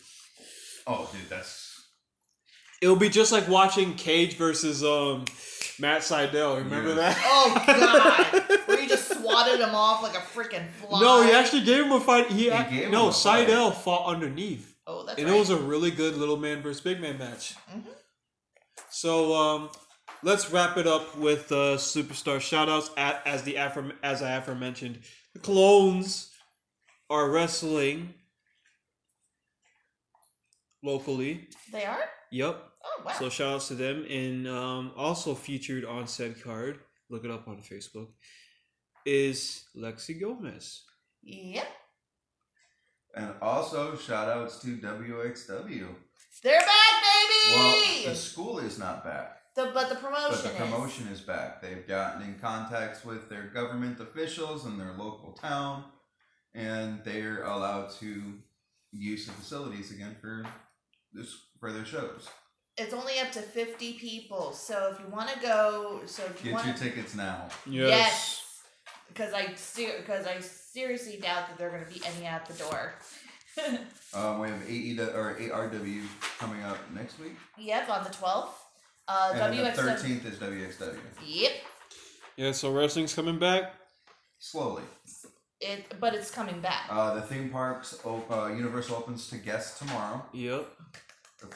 Speaker 3: Oh, dude, that's.
Speaker 1: It'll be just like watching Cage versus um Matt Seidel. Remember
Speaker 3: Yeah.
Speaker 1: that?
Speaker 2: Oh God! Where you just swatted him off like a freaking fly.
Speaker 1: no, he actually gave him a fight. He, act-
Speaker 3: gave him
Speaker 1: no
Speaker 3: a fight.
Speaker 1: Seidel fought underneath,
Speaker 2: Oh, that's
Speaker 1: and
Speaker 2: right.
Speaker 1: it was a really good little man versus big man match.
Speaker 2: Mhm.
Speaker 1: So um, let's wrap it up with uh, superstar shoutouts. At as the affirm as I aforementioned, the clones are wrestling locally.
Speaker 2: they are.
Speaker 1: Yep.
Speaker 2: Oh wow!
Speaker 1: So shoutouts to them, and um, also featured on said card. Look it up on Facebook. Is Lexi Gomez?
Speaker 2: yep,
Speaker 3: And also, shout outs to WXW.
Speaker 2: they're back, baby.
Speaker 3: Well, the school is not back.
Speaker 2: the, but the promotion.
Speaker 3: But the
Speaker 2: is.
Speaker 3: promotion is back. They've gotten in contacts with their government officials in their local town, and they're allowed to use the facilities again for this for their shows.
Speaker 2: It's only up to fifty people, so if you want to go, so if you
Speaker 3: Get
Speaker 2: want
Speaker 3: your tickets now.
Speaker 2: yes, because I because I seriously doubt that there are going to be any out the door.
Speaker 3: Um, we have AE or ARW coming up next week,
Speaker 2: Yep, on the twelfth. Uh,
Speaker 3: and then the
Speaker 2: WXW.
Speaker 3: thirteenth is WXW.
Speaker 2: Yep,
Speaker 1: Yeah. So wrestling's coming back.
Speaker 3: Slowly,
Speaker 2: it but it's coming back.
Speaker 3: uh, the theme parks op- uh, Universal opens to guests tomorrow
Speaker 1: Yep.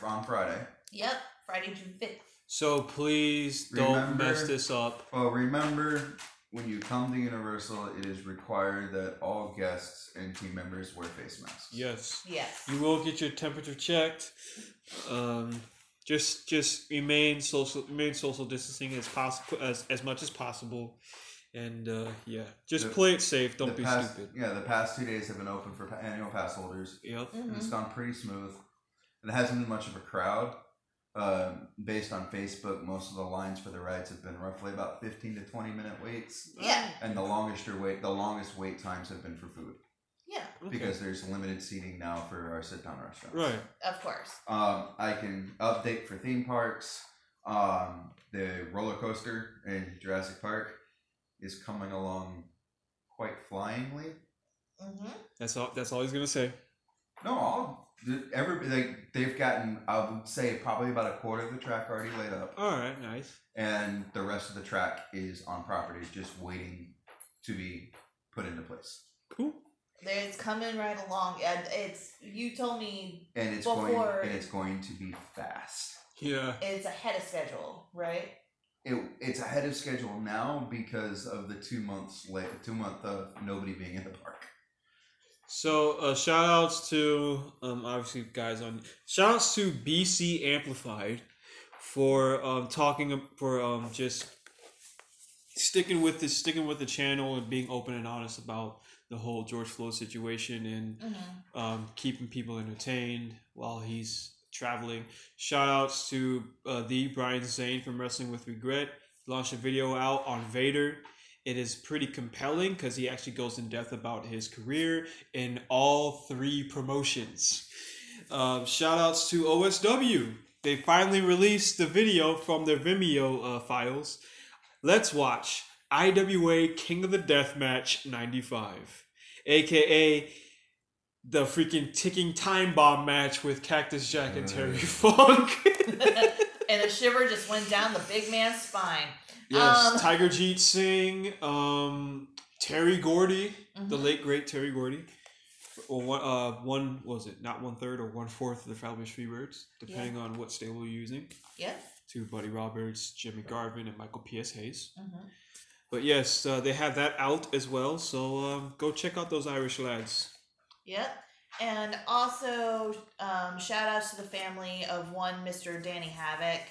Speaker 3: on Friday.
Speaker 2: yep, Friday June fifth.
Speaker 1: So please don't
Speaker 3: Remember-
Speaker 1: mess this up.
Speaker 3: Well, remember when you come to Universal, it is required that all guests and team members wear face masks.
Speaker 1: Yes.
Speaker 2: Yes.
Speaker 1: You will get your temperature checked. Um, just just remain social remain social distancing as possible as, as much as possible. And uh, yeah, just
Speaker 3: The-
Speaker 1: play it safe.
Speaker 3: The
Speaker 1: Don't be
Speaker 3: past-
Speaker 1: stupid.
Speaker 3: Yeah, the past two days have been open for pa- annual pass holders,
Speaker 1: Yep.
Speaker 3: and
Speaker 2: Mhm.
Speaker 3: it's gone pretty smooth. And it hasn't been much of a crowd. Um, based on Facebook, most of the lines for the rides have been roughly about fifteen to twenty minute waits,
Speaker 2: Yeah.
Speaker 3: and the longest your wait, the longest wait times have been for food
Speaker 2: Yeah,
Speaker 1: Oh, Okay.
Speaker 3: because there's limited seating now for our sit down restaurants.
Speaker 1: right.
Speaker 2: of course.
Speaker 3: Um, I can update for theme parks. Um, the roller coaster in Jurassic Park is coming along quite flyingly.
Speaker 2: hmm Mm-hmm.
Speaker 1: That's all. That's all he's gonna say.
Speaker 3: No, all every like they've gotten I would say probably about a quarter of the track already laid up,
Speaker 1: All right, nice.
Speaker 3: and the rest of the track is on property just waiting to be put into place.
Speaker 1: Cool.
Speaker 2: It's coming right along, and it's. You told me
Speaker 3: And it's
Speaker 2: Before-
Speaker 3: going and it's going to be fast.
Speaker 1: Yeah.
Speaker 2: it's ahead of schedule, right?
Speaker 3: It, it's ahead of schedule now because of the two months late, two month of nobody being in the park.
Speaker 1: So uh, shout outs to um, obviously guys on shout outs to BC Amplified for um, talking for um, just sticking with this sticking with the channel and being open and honest about the whole George Floyd situation and
Speaker 2: Mm-hmm.
Speaker 1: um, keeping people entertained while he's traveling. Shout outs to uh, the Brian Zane from Wrestling with Regret. He launched a video out on Vader. It is pretty compelling because he actually goes in depth about his career in all three promotions. Um, shout outs to OSW. They finally released the video from their Vimeo uh, files. Let's watch IWA King of the Death Match 95, aka the freaking ticking time bomb match with Cactus Jack and Terry
Speaker 3: Mm.
Speaker 1: Funk.
Speaker 2: and a shiver just went down the big man's spine.
Speaker 1: yes,
Speaker 2: Um,
Speaker 1: Tiger Jeet Singh, um, Terry Gordy, the
Speaker 2: Mhm.
Speaker 1: late great Terry Gordy. Or one, uh, one what was it not one third or one fourth of the Fabulous Freebirds, depending on what stable you're using.
Speaker 2: Yes.
Speaker 1: To Buddy Roberts, Jimmy Garvin, and Michael P.S. Hayes.
Speaker 2: Mm-hmm.
Speaker 1: But yes, uh, they have that out as well. So um, go check out those Irish lads.
Speaker 2: Yep. And also, um, shout outs to the family of one Mr. Danny Havoc.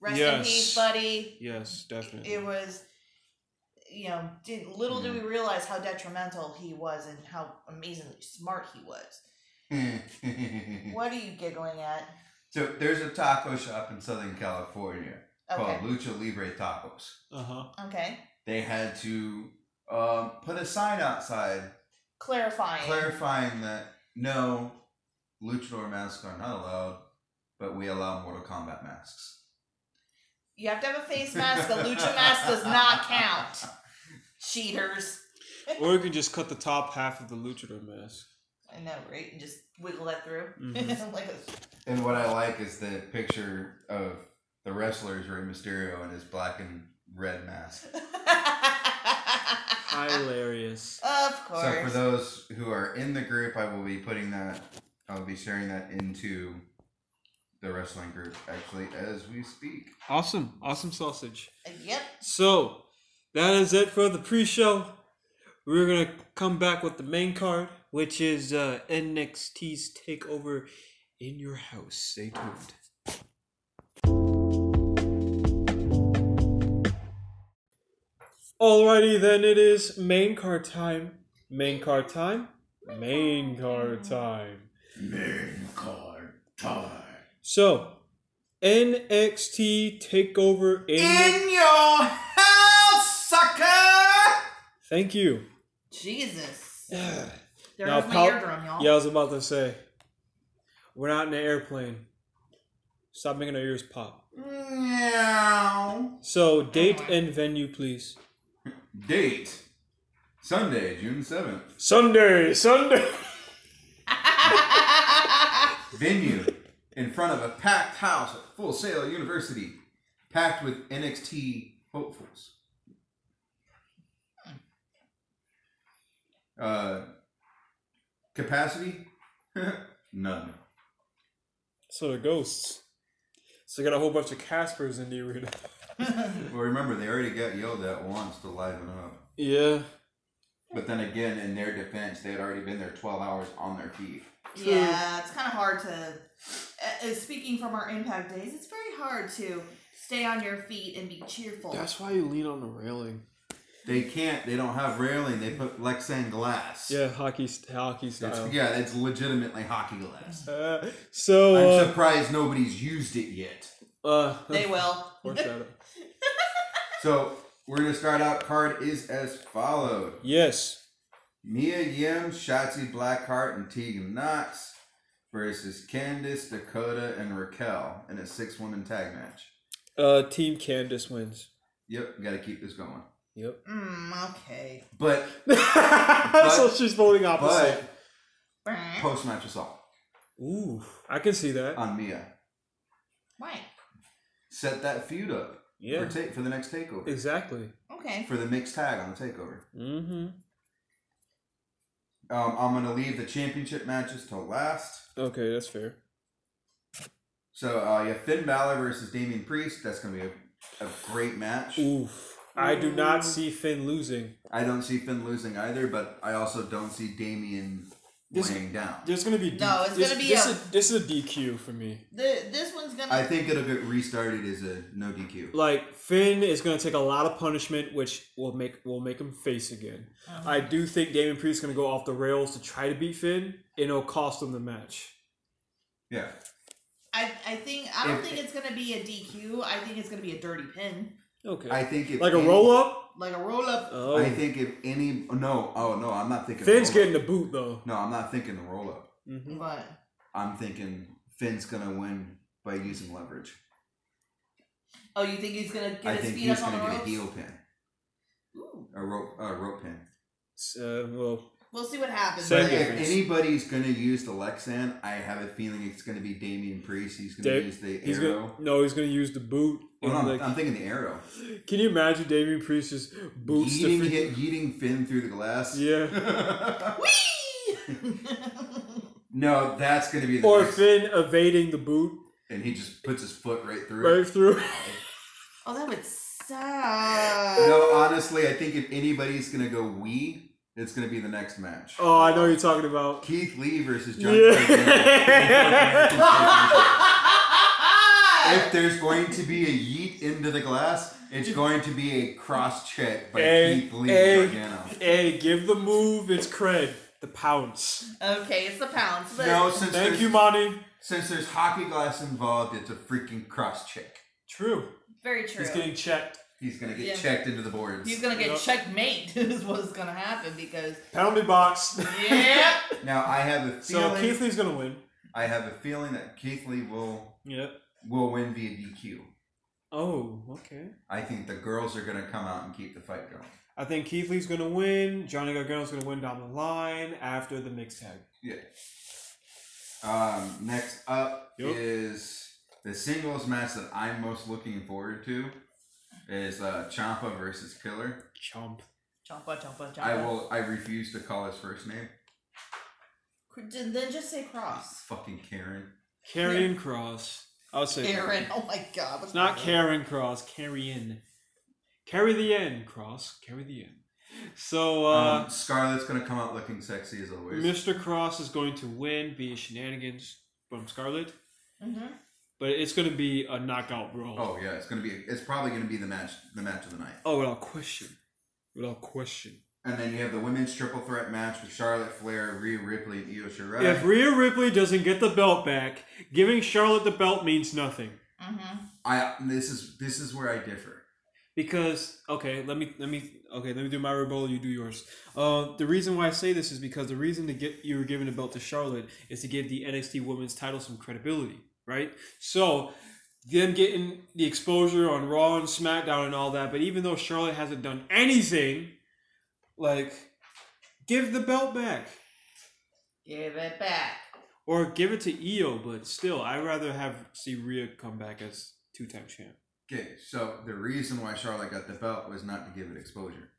Speaker 2: Rest in
Speaker 1: Yes.
Speaker 2: peace, buddy.
Speaker 1: Yes, definitely.
Speaker 2: It was, you know, did, little did we realize how detrimental he was and how amazingly smart he was.
Speaker 3: Mm.
Speaker 2: What are you giggling at?
Speaker 3: so there's a taco shop in Southern California
Speaker 2: Okay.
Speaker 3: called Lucha Libre Tacos.
Speaker 1: uh huh.
Speaker 2: Okay.
Speaker 3: They had to um, put a sign outside
Speaker 2: Clarifying.
Speaker 3: clarifying that no, luchador masks are not allowed, but we allow Mortal Kombat masks.
Speaker 2: you have to have a face mask. A lucha mask does not count. Cheaters.
Speaker 1: Or you can just cut the top half of the luchador mask.
Speaker 2: I know, right? And just wiggle that through.
Speaker 1: Mhm.
Speaker 2: like a,
Speaker 3: And what I like is the picture of the wrestlers Rey Mysterio in his black and red mask.
Speaker 1: Hilarious.
Speaker 2: Of course.
Speaker 3: So for those who are in the group, I will be putting that. I will be sharing that into the wrestling group actually as we speak.
Speaker 1: Awesome. Awesome sausage.
Speaker 2: yep.
Speaker 1: So, that is it for the pre-show. We're gonna come back with the main card, which is uh, NXT's takeover in your house. Stay tuned. Alrighty, then it is main card time. Main card time. Main card time.
Speaker 3: Main card time.
Speaker 1: So, NXT takeover in.
Speaker 3: In your house, sucker.
Speaker 1: Thank you.
Speaker 2: Jesus. There
Speaker 1: Now,
Speaker 2: goes my
Speaker 1: Paul-
Speaker 2: eardrum, y'all.
Speaker 1: Yeah, I was about to say. We're not in an airplane. Stop making our ears pop.
Speaker 3: Meow.
Speaker 1: So, date and venue, please.
Speaker 3: Date Sunday, June 7th.
Speaker 1: Sunday, Sunday.
Speaker 3: Venue in front of a packed house at Full Sail University, packed with NXT hopefuls. Uh, capacity? None.
Speaker 1: So, the ghosts. So, we got a whole bunch of Caspers in the arena.
Speaker 3: Well, remember, they already got yelled at once to liven up.
Speaker 1: Yeah.
Speaker 3: But then again, in their defense, they had already been there 12 hours on their feet.
Speaker 2: yeah, it's kind of hard to. Uh, uh, speaking from our impact days, it's very hard to stay on your feet and be cheerful.
Speaker 1: why you lean on the railing.
Speaker 3: They can't, they don't have railing, they put Lexan glass.
Speaker 1: Yeah, hockey, hockey
Speaker 3: It's,
Speaker 1: style.
Speaker 3: yeah, it's legitimately hockey glass.
Speaker 1: Uh, so,
Speaker 3: I'm
Speaker 1: uh,
Speaker 3: surprised nobody's used it yet.
Speaker 1: uh,
Speaker 2: they will.
Speaker 1: foreshadow.
Speaker 3: So we're gonna start out. Card is as followed:
Speaker 1: Yes.
Speaker 3: Mia Yim, Shotzi Blackheart, and Tegan Knox versus Candice, Dakota, and Raquel in a six-woman tag match.
Speaker 1: Uh, Team Candace wins.
Speaker 3: Yep, gotta keep this going.
Speaker 1: Yep.
Speaker 2: Mm, okay.
Speaker 3: But
Speaker 1: so she's voting opposite.
Speaker 3: but post match assault
Speaker 1: Ooh, I can see that.
Speaker 3: on Mia.
Speaker 2: Right.
Speaker 3: Set that feud up
Speaker 1: yeah,
Speaker 3: for, ta- for the next takeover.
Speaker 1: exactly.
Speaker 2: Okay.
Speaker 3: for the mixed tag on the takeover.
Speaker 1: Mm-hmm.
Speaker 3: Um, I'm gonna leave the championship matches till last.
Speaker 1: Okay, that's fair.
Speaker 3: So uh, you have Finn Balor versus Damian Priest. That's gonna be a, a great match.
Speaker 1: Oof. I do not
Speaker 2: Ooh.
Speaker 1: see Finn losing.
Speaker 3: I don't see Finn losing either, but I also don't see Damian
Speaker 1: This-
Speaker 3: laying down.
Speaker 1: There's gonna be
Speaker 2: No, it's
Speaker 1: this,
Speaker 2: gonna be
Speaker 1: this
Speaker 2: a-
Speaker 1: is this is a DQ for me.
Speaker 2: The, this one's gonna.
Speaker 3: I think it'll get restarted as a no DQ.
Speaker 1: Like Finn is gonna take a lot of punishment, which will make will make him face again.
Speaker 2: Um,
Speaker 1: I do think Damon Priest is gonna go off the rails to try to beat Finn, and it'll cost him the match.
Speaker 3: Yeah,
Speaker 2: I, I think I don't
Speaker 3: If-
Speaker 2: think it's gonna be a DQ. I think it's gonna be a dirty pin,
Speaker 1: Okay.
Speaker 3: I think if
Speaker 1: like a
Speaker 3: any-
Speaker 1: roll up.
Speaker 2: like a roll up.
Speaker 1: Oh,
Speaker 3: I think if any no oh no I'm not thinking
Speaker 1: Finn's
Speaker 3: roll-up.
Speaker 1: getting the boot though.
Speaker 3: no I'm not thinking the roll up.
Speaker 1: Mm-hmm.
Speaker 2: But
Speaker 3: I'm thinking Finn's gonna win by using leverage.
Speaker 2: oh, you think he's gonna get
Speaker 3: I
Speaker 2: his
Speaker 3: think
Speaker 2: feet
Speaker 3: he's
Speaker 2: up on
Speaker 3: gonna
Speaker 2: the
Speaker 3: get a
Speaker 2: ropes?
Speaker 3: heel pin,
Speaker 2: Ooh.
Speaker 3: a rope a rope pin.
Speaker 1: So, uh, well,
Speaker 2: We'll see what happens.
Speaker 1: Same
Speaker 3: But
Speaker 1: Thank
Speaker 3: if
Speaker 1: you.
Speaker 3: anybody's gonna use the Lexan, I have a feeling it's gonna be Damien Priest. He's gonna
Speaker 1: Dave-
Speaker 3: use the
Speaker 1: he's
Speaker 3: arrow.
Speaker 1: gonna no, he's gonna use the boot.
Speaker 3: Well, no,
Speaker 1: and,
Speaker 3: I'm,
Speaker 1: like,
Speaker 3: I'm thinking the arrow.
Speaker 1: can you imagine Damien Priest just boots the
Speaker 3: Yeeting,
Speaker 1: Finn?
Speaker 3: hit, yeeting Finn through the glass.
Speaker 1: Yeah.
Speaker 2: Whee!
Speaker 3: no, that's gonna be the
Speaker 1: Or
Speaker 3: next-
Speaker 1: Finn evading the boot
Speaker 3: and he just puts his foot right through.
Speaker 1: right through.
Speaker 2: oh, that would suck.
Speaker 3: No, honestly, I think if anybody's gonna go we, it's gonna be the next match.
Speaker 1: Oh, I know what you're talking about.
Speaker 3: Keith Lee versus John. Cena. If there's going to be a yeet into the glass, it's going to be a cross check by
Speaker 1: Hey,
Speaker 3: Keith Lee
Speaker 1: hey.
Speaker 3: Gargano.
Speaker 1: Hey, give the move its cred. The pounce.
Speaker 2: okay, it's the pounds. But
Speaker 3: No, since
Speaker 1: Thank
Speaker 3: there's,
Speaker 1: you, Monty.
Speaker 3: since there's hockey glass involved, it's a freaking cross check.
Speaker 1: True.
Speaker 2: very true.
Speaker 1: He's getting checked.
Speaker 3: He's gonna get
Speaker 2: Yeah.
Speaker 3: checked into the boards.
Speaker 2: He's gonna get
Speaker 1: Yep.
Speaker 2: checkmate. Is what's gonna happen because
Speaker 1: Penalty box.
Speaker 2: yeah.
Speaker 3: Now I have a
Speaker 1: so
Speaker 3: feeling.
Speaker 1: Keith Lee's gonna win.
Speaker 3: I have a feeling that Keith Lee will
Speaker 1: Yep.
Speaker 3: will win via DQ.
Speaker 1: Oh, okay.
Speaker 3: I think the girls are gonna come out and keep the fight going.
Speaker 1: I think Keith Lee's gonna win. Johnny Gargano's gonna win down the line after the mixed tag.
Speaker 3: Um, next up
Speaker 1: Yup.
Speaker 3: is the singles match that I'm most looking forward to is uh, Champa versus Killer.
Speaker 1: Chomp.
Speaker 2: Chompa, chompa, chompa.
Speaker 3: I will. I refuse to call his first name.
Speaker 2: Cr- Then just say cross.
Speaker 3: Fucking Karen.
Speaker 1: Karrion Cross. I'll say
Speaker 2: Karen. Oh my god.
Speaker 1: It's not Karen Cross. Karrion. Carry the end, Cross. Carry the end. So. uh...
Speaker 3: um, Scarlett's gonna come out looking sexy as always.
Speaker 1: Mr. Cross is going to win via shenanigans from Scarlet,
Speaker 2: Mm-hmm.
Speaker 1: but it's going to be a knockout brawl.
Speaker 3: Oh yeah, it's gonna be. It's probably gonna be the match. The match of the night.
Speaker 1: Oh, without question. Without question.
Speaker 3: And then you have the women's triple threat match with Charlotte Flair, Rhea Ripley, and Io Shirai.
Speaker 1: If Rhea Ripley doesn't get the belt back, giving Charlotte the belt means nothing.
Speaker 2: Mm-hmm.
Speaker 3: I this is this is where I differ.
Speaker 1: Because okay, let me let me okay, let me do my rebuttal. You do yours. Uh, the reason why I say this is because the reason to get you were giving the belt to Charlotte is to give the NXT Women's title some credibility, right? So them getting the exposure on Raw and SmackDown and all that, but even though Charlotte hasn't done anything, like give the belt back
Speaker 2: Give it back.
Speaker 1: or give it to Io. But still, I would rather have see Rhea come back as two time champ.
Speaker 3: Okay, so the reason why Charlotte got the belt was not to give it exposure.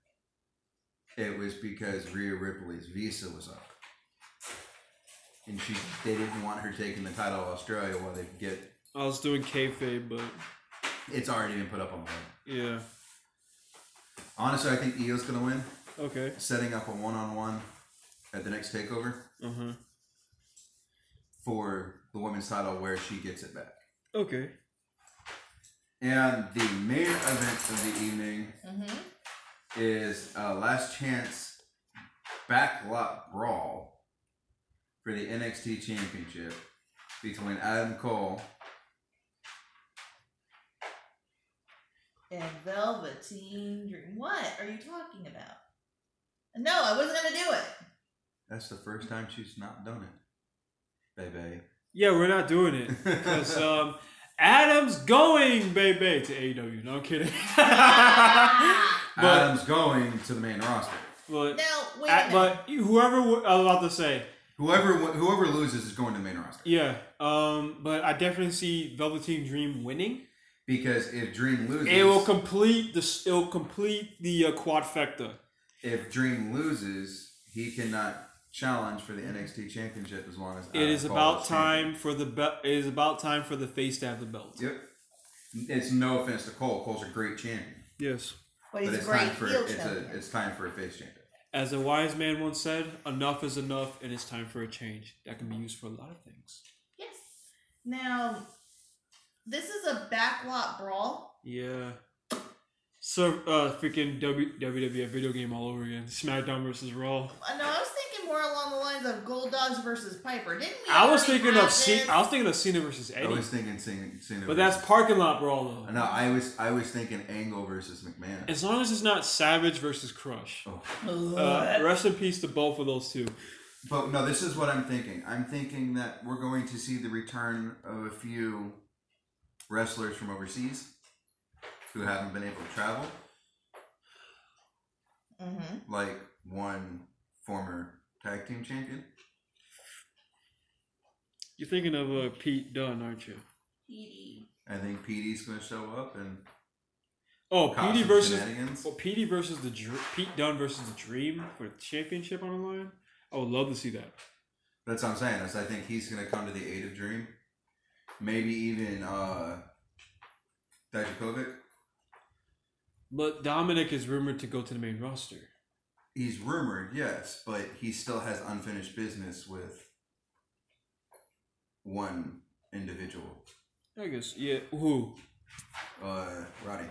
Speaker 3: It was because Rhea Ripley's visa was up, and she they didn't want her taking the title of Australia while they could get.
Speaker 1: I was doing kayfabe, but
Speaker 3: It's already been put up on the line.
Speaker 1: yeah,
Speaker 3: Honestly, I think Io's gonna win,
Speaker 1: okay,
Speaker 3: setting up a one-on-one at the next takeover
Speaker 1: uh huh,
Speaker 3: for the women's title where she gets it back.
Speaker 1: okay.
Speaker 3: And the main event of the evening
Speaker 2: Mm-hmm.
Speaker 3: is uh, Last Chance Backlot Brawl for the NXT Championship between Adam Cole.
Speaker 2: And Velveteen Dream. What are you talking about? No, I wasn't gonna do it.
Speaker 3: That's the first time she's not done it, baby.
Speaker 1: Yeah, we're not doing it because um, Adam's going, baby, to AEW. No I'm kidding. but
Speaker 3: Adam's going to the main roster.
Speaker 1: but,
Speaker 2: now wait a
Speaker 1: at-
Speaker 2: minute.
Speaker 1: but whoever w- I was about to say
Speaker 3: Whoever whoever loses is going to the main roster
Speaker 1: Yeah, um, but I definitely see Velveteen Dream winning.
Speaker 3: because if Dream loses,
Speaker 1: It will complete the it'll complete the uh, quadfecta.
Speaker 3: if Dream loses, he cannot challenge for the NXT Championship as long as
Speaker 1: Mm-hmm. It is
Speaker 3: Adam Cole
Speaker 1: about
Speaker 3: is champion.
Speaker 1: time for the be- it is about time for the face to have the belt.
Speaker 3: Yep. It's no offense to Cole. Cole's a great champion,
Speaker 1: Yes.
Speaker 2: But he's
Speaker 3: but
Speaker 2: a
Speaker 3: it's
Speaker 2: great
Speaker 3: time for
Speaker 2: heel
Speaker 3: it's
Speaker 2: champion.
Speaker 3: a it's time for a face champion.
Speaker 1: As a wise man once said, enough is enough and it's time for a change. That can be used for a lot of things.
Speaker 2: yes. Now, this is a backlot brawl.
Speaker 1: Yeah. So uh freaking w- WWF video game all over again. SmackDown versus Raw.
Speaker 2: Uh, No, I was thinking more along the lines of Gold Dogs versus Piper. Didn't we?
Speaker 1: I was
Speaker 2: already
Speaker 1: thinking
Speaker 2: have
Speaker 1: of C-
Speaker 2: this?
Speaker 1: I was thinking of Cena versus
Speaker 3: I
Speaker 1: Eddie.
Speaker 3: was thinking Cena, Cena
Speaker 1: But that's
Speaker 3: versus-
Speaker 1: parking lot brawl though.
Speaker 3: no. I was I was thinking Angle versus McMahon.
Speaker 1: As long as it's not Savage versus Crush.
Speaker 3: oh.
Speaker 1: Uh, rest in peace to both of those two.
Speaker 3: But no, this is what I'm thinking. I'm thinking that we're going to see the return of a few wrestlers from overseas who haven't been able to travel,
Speaker 2: Mhm.
Speaker 3: like one former tag team champion.
Speaker 1: You're thinking of uh, Pete Dunne, aren't you?
Speaker 4: PD.
Speaker 3: I think PD's going to show up and
Speaker 1: Oh,
Speaker 3: cause
Speaker 1: Petey
Speaker 3: some
Speaker 1: versus
Speaker 3: shenanigans.
Speaker 1: well, Petey versus the Dr- Pete Dunne versus the Dream for the championship on the line. I would love to see that.
Speaker 3: That's what I'm saying. Is I think he's going to come to the aid of Dream. Maybe even uh, Dijakovic.
Speaker 1: But Dominic is rumored to go to the main roster.
Speaker 3: He's rumored, yes, but he still has unfinished business with one individual.
Speaker 1: I guess. Yeah. Who?
Speaker 3: uh, Roddy.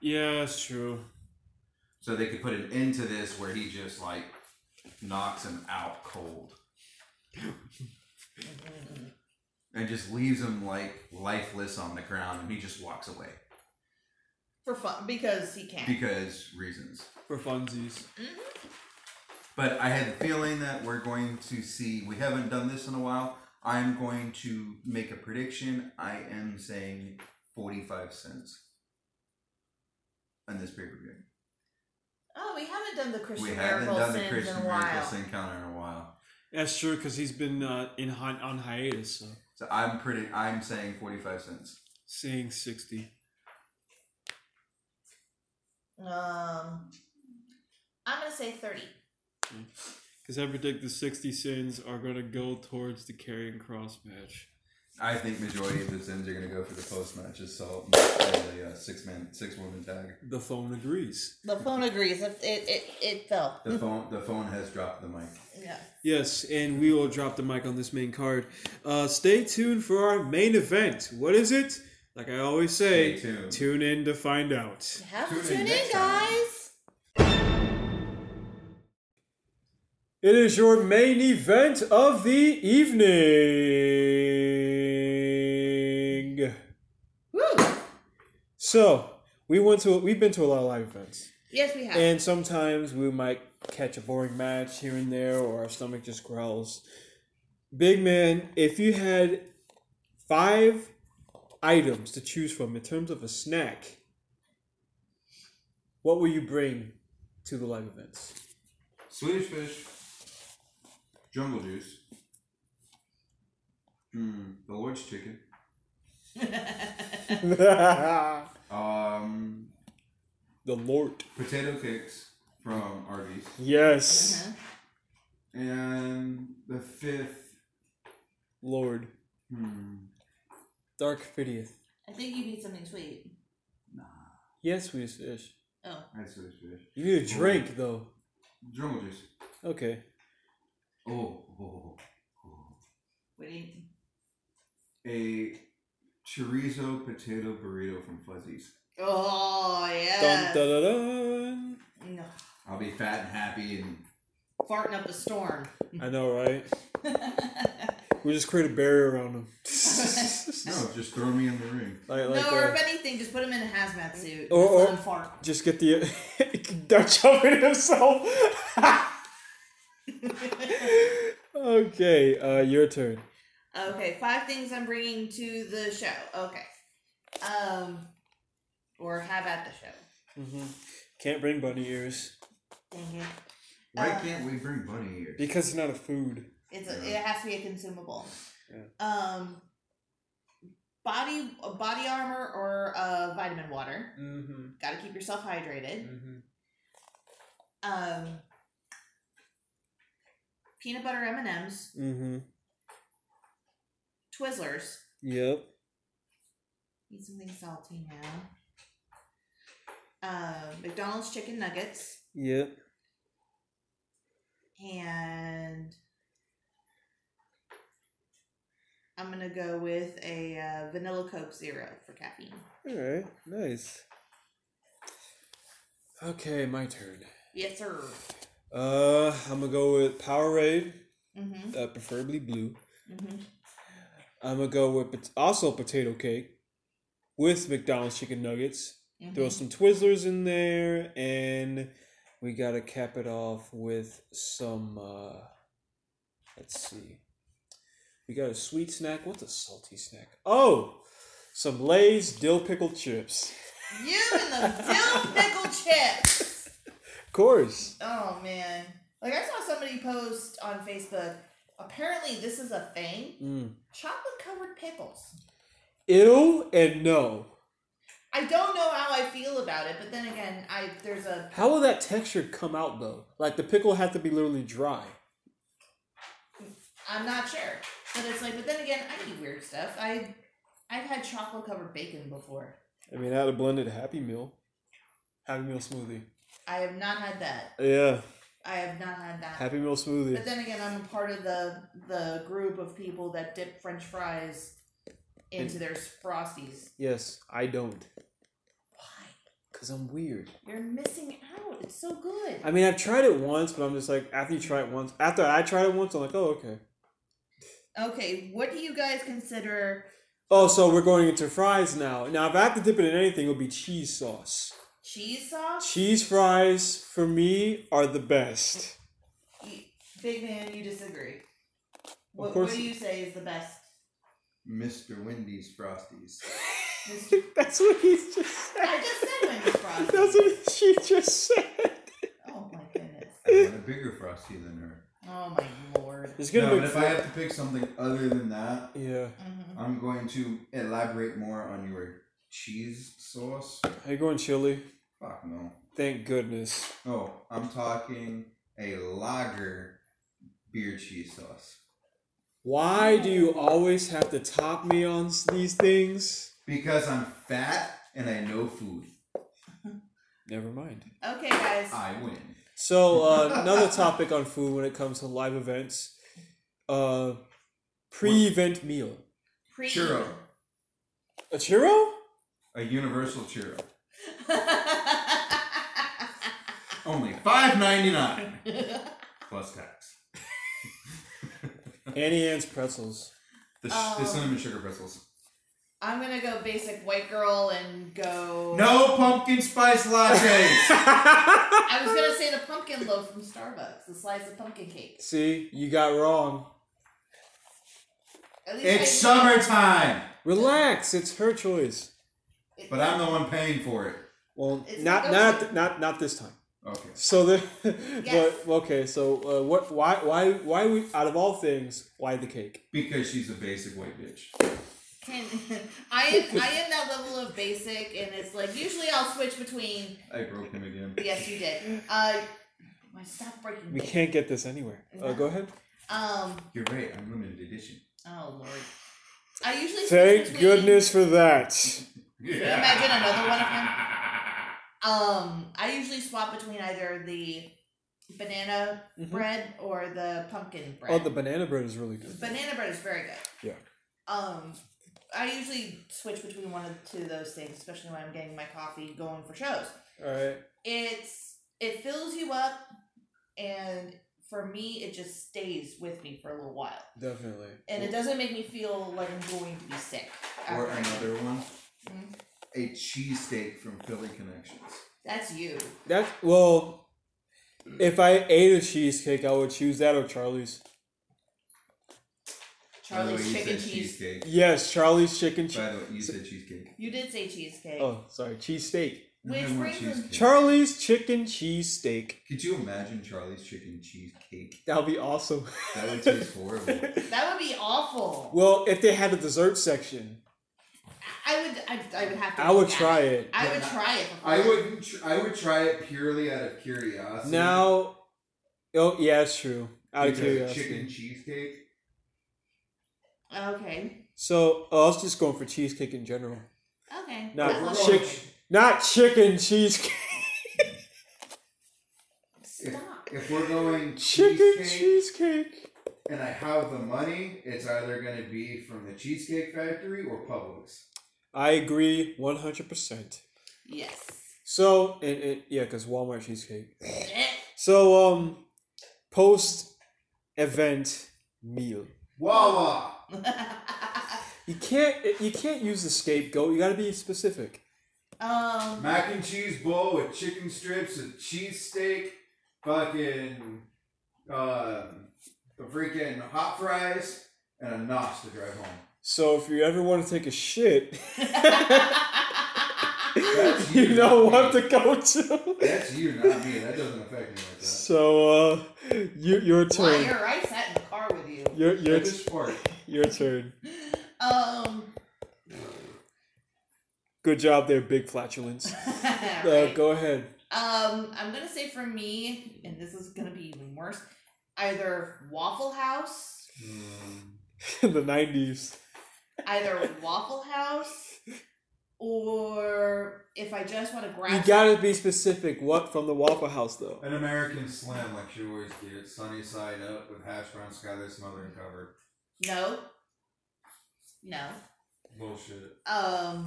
Speaker 1: Yeah, that's true.
Speaker 3: So they could put an end to this where he just like knocks him out cold and just leaves him like lifeless on the ground and he just walks away
Speaker 2: For fun, because he can.
Speaker 3: because reasons.
Speaker 1: For funsies.
Speaker 3: But I had the feeling that we're going to see, we haven't done this in a while. I'm going to make a prediction. I am saying 45 cents on this pay per view.
Speaker 2: Oh, we haven't done the
Speaker 3: We
Speaker 2: Christian
Speaker 3: haven't
Speaker 2: Miracle
Speaker 3: done the
Speaker 2: sins in
Speaker 3: Christian
Speaker 2: a while.
Speaker 3: Miracle Sin counter in a while.
Speaker 1: That's true because he's been uh, in hi- on hiatus. So
Speaker 3: So I'm pretty. I'm saying forty-five cents.
Speaker 1: saying sixty.
Speaker 2: Um, I'm gonna say thirty.
Speaker 1: Because I predict the sixty sins are gonna go towards the carrying cross match.
Speaker 3: I think majority of the sins are going to go for the post matches. So the uh, six man, six woman tag.
Speaker 1: The phone agrees.
Speaker 2: The phone agrees. It it it, it fell.
Speaker 3: The phone. The phone has dropped the mic.
Speaker 2: Yeah.
Speaker 1: Yes, and we will drop the mic on this main card. Uh, stay tuned for our main event. What is it? Like I always say,
Speaker 3: Stay tuned.
Speaker 1: tune in to find out.
Speaker 2: Have to
Speaker 3: Tune in
Speaker 2: tune in,
Speaker 3: next time.
Speaker 2: guys.
Speaker 1: It is your main event of the evening.
Speaker 2: Woo!
Speaker 1: So we went to we've been to a lot of live events,
Speaker 2: Yes, we have.
Speaker 1: and sometimes we might catch a boring match here and there, or our stomach just growls. Big man, if you had five items to choose from in terms of a snack, what will you bring to the live events?
Speaker 3: Swedish fish. Jungle juice. Mm, the Lord's chicken.
Speaker 1: the
Speaker 3: Um,
Speaker 1: Lord.
Speaker 3: potato cakes from Arby's,
Speaker 1: Yes,
Speaker 4: Uh-huh.
Speaker 2: Mhm.
Speaker 3: and the fifth.
Speaker 1: Lord.
Speaker 3: Hmm.
Speaker 1: Dark fiftieth.
Speaker 4: I think you need something sweet.
Speaker 3: Nah,
Speaker 1: Yes, Swedish fish.
Speaker 4: Oh.
Speaker 3: that's Swedish fish.
Speaker 1: You need a drink though.
Speaker 3: Jungle juice.
Speaker 1: Okay.
Speaker 3: Oh, oh, oh.
Speaker 4: What do you
Speaker 3: a chorizo potato burrito from Fuzzies.
Speaker 2: Oh
Speaker 1: Dun,
Speaker 2: yeah.
Speaker 1: dun, dun, dun.
Speaker 4: no.
Speaker 3: I'll be fat and happy and
Speaker 2: Farting up a storm.
Speaker 1: I know, right? We just create a barrier around them.
Speaker 3: no, oh, just throw me in the ring.
Speaker 1: like,
Speaker 2: no,
Speaker 1: like,
Speaker 2: or
Speaker 1: uh,
Speaker 2: if anything, just put him in a hazmat suit.
Speaker 1: Or-
Speaker 2: Just let
Speaker 1: or-
Speaker 2: him fart.
Speaker 1: just get the Dutch oven himself. okay, uh, your turn.
Speaker 2: Okay, five things I'm bringing to the show. Okay. Um, or have at the show.
Speaker 1: Mm-hmm. Can't bring bunny ears
Speaker 2: Dang it.
Speaker 3: Why
Speaker 2: Uh,
Speaker 3: can't we bring Bunny here?
Speaker 1: because it's not a food.
Speaker 2: It's a,
Speaker 3: Yeah.
Speaker 2: it has to be a consumable.
Speaker 1: Yeah.
Speaker 2: Um, body uh, body armor or uh, vitamin water.
Speaker 1: Mm-hmm.
Speaker 2: Got to keep yourself hydrated.
Speaker 1: Mm-hmm.
Speaker 2: Um, peanut butter M and M's,
Speaker 1: Mm-hmm.
Speaker 2: Twizzlers.
Speaker 1: Yep.
Speaker 2: Need something salty now. Um, McDonald's chicken nuggets
Speaker 1: Yep.
Speaker 2: and. I'm gonna go with a uh, vanilla Coke Zero for caffeine.
Speaker 1: All right. Nice. Okay, my turn.
Speaker 2: Yes, sir.
Speaker 1: Uh, I'm gonna go with Powerade,
Speaker 2: Mm-hmm.
Speaker 1: uh, preferably blue.
Speaker 2: Mm-hmm.
Speaker 1: I'm gonna go with pot- also potato cake with McDonald's chicken nuggets.
Speaker 2: Mm-hmm.
Speaker 1: Throw some Twizzlers in there, and we gotta cap it off with some. Uh, let's see, we got a sweet snack. What's a salty snack? Oh, some Lay's dill pickle chips.
Speaker 2: You and the dill pickle chips.
Speaker 1: Of course.
Speaker 2: Oh man! Like I saw somebody post on Facebook. Apparently, this is a thing:
Speaker 1: Mm.
Speaker 2: chocolate covered pickles.
Speaker 1: Ew and no.
Speaker 2: I don't know how I feel about it, but then again, I there's a
Speaker 1: How will that texture come out though? Like the pickle has to be literally dry.
Speaker 2: I'm not sure, but it's like. But then again, I eat weird stuff. I I've had chocolate covered bacon before.
Speaker 1: I mean, I had a blended Happy Meal, Happy Meal smoothie.
Speaker 2: I have not had that.
Speaker 1: Yeah,
Speaker 2: I have not had that.
Speaker 1: Happy Meal
Speaker 2: But
Speaker 1: smoothie.
Speaker 2: then again, I'm a part of the the group of people that dip French fries into their frosties.
Speaker 1: Yes, I don't,
Speaker 2: Why?
Speaker 1: cause I'm weird.
Speaker 2: You're missing out. It's so good.
Speaker 1: I mean, I've tried it once, but I'm just like, after you try it once, after I tried it once, I'm like, oh, okay.
Speaker 2: Okay, what do you guys consider
Speaker 1: Oh, so we're going into fries now. Now, if I have to dip it in anything, it would be cheese sauce.
Speaker 2: cheese sauce?
Speaker 1: Cheese fries, for me, are the best.
Speaker 2: You- Big man, you disagree. What, what
Speaker 1: course-
Speaker 2: do you say is the best?
Speaker 3: Mr. Wendy's Frosties.
Speaker 2: Mr.
Speaker 1: That's what he just
Speaker 2: I
Speaker 1: said.
Speaker 2: just said Wendy's frosty.
Speaker 1: That's what she just said.
Speaker 2: Oh my goodness.
Speaker 3: I want a bigger Frosty than her.
Speaker 2: Oh my lord.
Speaker 1: It's
Speaker 3: No,
Speaker 1: gonna
Speaker 3: but
Speaker 1: be.
Speaker 3: if I have to pick something other than that,
Speaker 1: yeah.
Speaker 2: Mhm.
Speaker 3: I'm going to elaborate more on your cheese sauce.
Speaker 1: Are you going chili?
Speaker 3: Fuck no.
Speaker 1: Thank goodness.
Speaker 3: Oh, I'm talking a lager beer cheese sauce.
Speaker 1: Why do you always have to top me on s- these things?
Speaker 3: Because I'm fat and I know food.
Speaker 1: Never mind.
Speaker 2: Okay, guys.
Speaker 3: I win.
Speaker 1: So uh, another topic on food when it comes to live events, uh, pre-event meal.
Speaker 2: Pre-
Speaker 3: Churro.
Speaker 1: A churro?
Speaker 3: A universal churro.
Speaker 2: I
Speaker 3: Only five ninety nine plus tax.
Speaker 1: Annie Ann's pretzels.
Speaker 3: The, sh-
Speaker 2: Oh.
Speaker 3: the cinnamon sugar pretzels.
Speaker 2: I'm gonna go basic white girl and go.
Speaker 3: No pumpkin spice lattes.
Speaker 2: I was gonna say the pumpkin loaf from Starbucks, the slice of pumpkin cake.
Speaker 1: See, you got wrong.
Speaker 2: At least I
Speaker 3: it's
Speaker 2: knew-
Speaker 3: summertime,
Speaker 1: Relax, it's her choice.
Speaker 2: It-
Speaker 3: but I'm the one paying for it.
Speaker 1: Well,
Speaker 2: It's
Speaker 1: not
Speaker 2: negotiable.
Speaker 1: not not not this time.
Speaker 3: Okay.
Speaker 1: So the,
Speaker 2: Yes.
Speaker 1: but okay. So uh, what? Why why why we out of all things? Why the cake?
Speaker 3: Because she's a basic white bitch.
Speaker 2: Can, I am I am that level of basic, and it's like usually I'll switch between.
Speaker 3: I broke him again.
Speaker 2: Yes, you did. Uh, my stop breaking.
Speaker 1: We
Speaker 2: me.
Speaker 1: can't get this anywhere. Uh, go ahead.
Speaker 2: Um.
Speaker 3: You're right. I'm limited edition.
Speaker 2: Oh lord. I usually switch
Speaker 1: Thank
Speaker 2: between,
Speaker 1: goodness for that.
Speaker 3: Yeah.
Speaker 2: imagine another one of Um, I usually swap between either the banana
Speaker 1: Mhm.
Speaker 2: bread or the pumpkin bread.
Speaker 1: Oh, the banana bread is really good.
Speaker 2: banana bread is very good.
Speaker 1: Yeah.
Speaker 2: Um, I usually switch between one of two of those things, especially when I'm getting my coffee going for shows.
Speaker 1: All right.
Speaker 2: it's it fills you up and for me it just stays with me for a little while
Speaker 1: Definitely.
Speaker 2: and it doesn't make me feel like i'm going to be sick
Speaker 3: Or
Speaker 2: after I-
Speaker 3: another one.
Speaker 2: Mhm.
Speaker 3: A cheesesteak from Philly Connections.
Speaker 2: that's you
Speaker 1: That well, if I ate a cheesecake, I would choose that or Charlie's.
Speaker 3: By the way,
Speaker 2: charlie's
Speaker 3: you
Speaker 2: chicken
Speaker 3: said
Speaker 2: cheese
Speaker 3: Cheesecake.
Speaker 1: Yes, Charlie's chicken. Che-
Speaker 3: By the way, you said cheesecake.
Speaker 2: you did say cheesecake
Speaker 1: oh, sorry, cheesesteak.
Speaker 2: Which
Speaker 5: I want
Speaker 2: brings us-
Speaker 5: cheesecake.
Speaker 1: Charlie's chicken cheese steak.
Speaker 3: Could you imagine Charlie's chicken cheesecake?
Speaker 1: That would be awesome.
Speaker 3: That would taste horrible.
Speaker 2: That would be awful.
Speaker 1: well, if they had a dessert section,
Speaker 2: I would. I, I would have to.
Speaker 1: I would
Speaker 2: look at
Speaker 1: try it.
Speaker 2: I would try it. before-
Speaker 3: I wouldn't. Tr- I would try it purely out of curiosity.
Speaker 1: Now, oh yeah, it's true. Out of
Speaker 3: Because
Speaker 1: curiosity.
Speaker 3: chicken cheesecake.
Speaker 2: Okay.
Speaker 1: So oh, I was just going for cheesecake in general,
Speaker 2: Okay.
Speaker 1: No,
Speaker 2: That
Speaker 3: We're
Speaker 2: looks-
Speaker 1: chick- not chicken cheesecake.
Speaker 2: Stop.
Speaker 3: If we're going
Speaker 1: Chicken
Speaker 3: cheesecake,
Speaker 1: cheesecake.
Speaker 3: and I have the money, it's either going to be from the Cheesecake Factory or Publix.
Speaker 1: I agree, one hundred percent.
Speaker 2: Yes.
Speaker 1: So and, and yeah, because Walmart cheesecake.
Speaker 2: Eh,
Speaker 1: So um, post event meal.
Speaker 3: Wawa.
Speaker 1: You can't you can't use the scapegoat. You got to be specific.
Speaker 2: um.
Speaker 3: Mac and cheese bowl with chicken strips, a cheesesteak, fucking um, a freaking hot fries, and a nos to drive home.
Speaker 1: So if you ever want to take a shit,
Speaker 3: That's
Speaker 1: you know what
Speaker 3: not me.
Speaker 1: to go to.
Speaker 3: That's you, not me. That doesn't affect me like that.
Speaker 1: So uh, you, your
Speaker 2: Why
Speaker 1: turn.
Speaker 2: are I sat in the car with you?
Speaker 1: Your
Speaker 3: I
Speaker 1: your
Speaker 3: just fart.
Speaker 1: your turn.
Speaker 2: Um.
Speaker 1: Good job there, big flatulence. Uh,
Speaker 2: right.
Speaker 1: go ahead.
Speaker 2: Um, I'm gonna say for me, and this is gonna be even worse, either Waffle House,
Speaker 3: mm,
Speaker 1: the nineties.
Speaker 2: either Waffle House, or if I just want to grab.
Speaker 1: You gotta be specific. What from the Waffle House though?
Speaker 3: An American Slam, like she always did, sunny side up with hash brown skyler smother and cover.
Speaker 2: no, no.
Speaker 3: Bullshit.
Speaker 2: Um,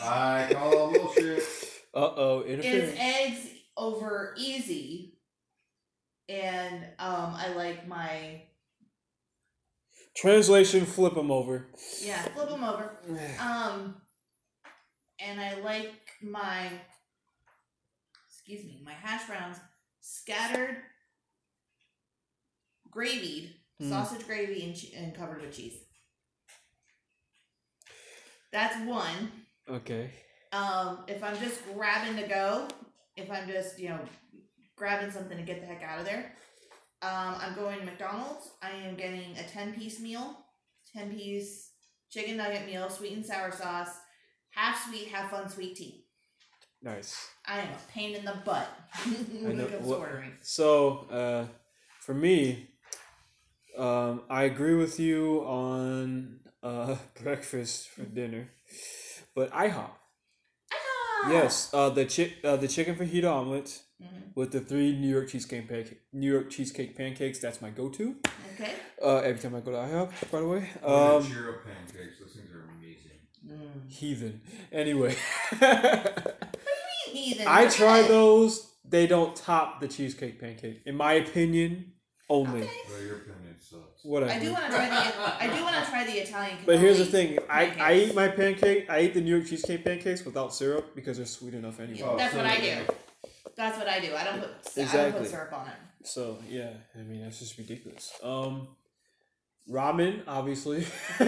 Speaker 3: I call bullshit.
Speaker 1: Uh oh,
Speaker 2: is
Speaker 1: interference.
Speaker 2: eggs over easy, and um, I like my
Speaker 1: Translation: Flip them over.
Speaker 2: yeah, flip them over. Um, and I like my, excuse me, my hash browns scattered, gravied,
Speaker 1: Mm.
Speaker 2: sausage gravy, and, che- and covered with cheese. That's one.
Speaker 1: Okay.
Speaker 2: Um, if I'm just grabbing to go, if I'm just, you know, grabbing something to get the heck out of there, um, I'm going to McDonald's. I am getting a 10 piece meal, 10 piece chicken nugget meal, sweet and sour sauce, half sweet, half fun sweet tea.
Speaker 1: Nice.
Speaker 2: I am a pain in the butt when
Speaker 1: know,
Speaker 2: it comes
Speaker 1: what-
Speaker 2: to ordering.
Speaker 1: So, uh, for me, um, I agree with you on uh, breakfast for dinner, but IHOP.
Speaker 2: Ah!
Speaker 1: Yes, uh, the chick, uh, the chicken fajita omelet
Speaker 2: Mhm.
Speaker 1: with the three New York cheesecake pancake, New York cheesecake pancakes. That's my go-to.
Speaker 2: Okay.
Speaker 1: Uh, every time I go to IHOP, by the way.
Speaker 3: Um,
Speaker 1: Um,
Speaker 3: churro pancakes. Those things are amazing.
Speaker 2: Mm.
Speaker 1: heathen. Anyway,
Speaker 2: Heathen,
Speaker 1: I
Speaker 2: you're
Speaker 1: try
Speaker 2: good.
Speaker 1: those. They don't top the cheesecake pancake, in my opinion. Only
Speaker 2: Okay.
Speaker 3: Well, your opinion sucks.
Speaker 1: whatever.
Speaker 2: I do want to try the I do want to try the Italian.
Speaker 1: But here's the
Speaker 2: cannoli.
Speaker 1: thing: I, I
Speaker 2: pancakes.
Speaker 1: eat my pancake. I eat the New York cheesecake pancakes without syrup because they're sweet enough anyway.
Speaker 3: Oh,
Speaker 2: That's what
Speaker 3: so-
Speaker 2: I do. That's what I do. I don't put I don't
Speaker 1: Exactly.
Speaker 2: put syrup on it.
Speaker 1: So yeah, I mean that's just ridiculous. Um, ramen, obviously. uh,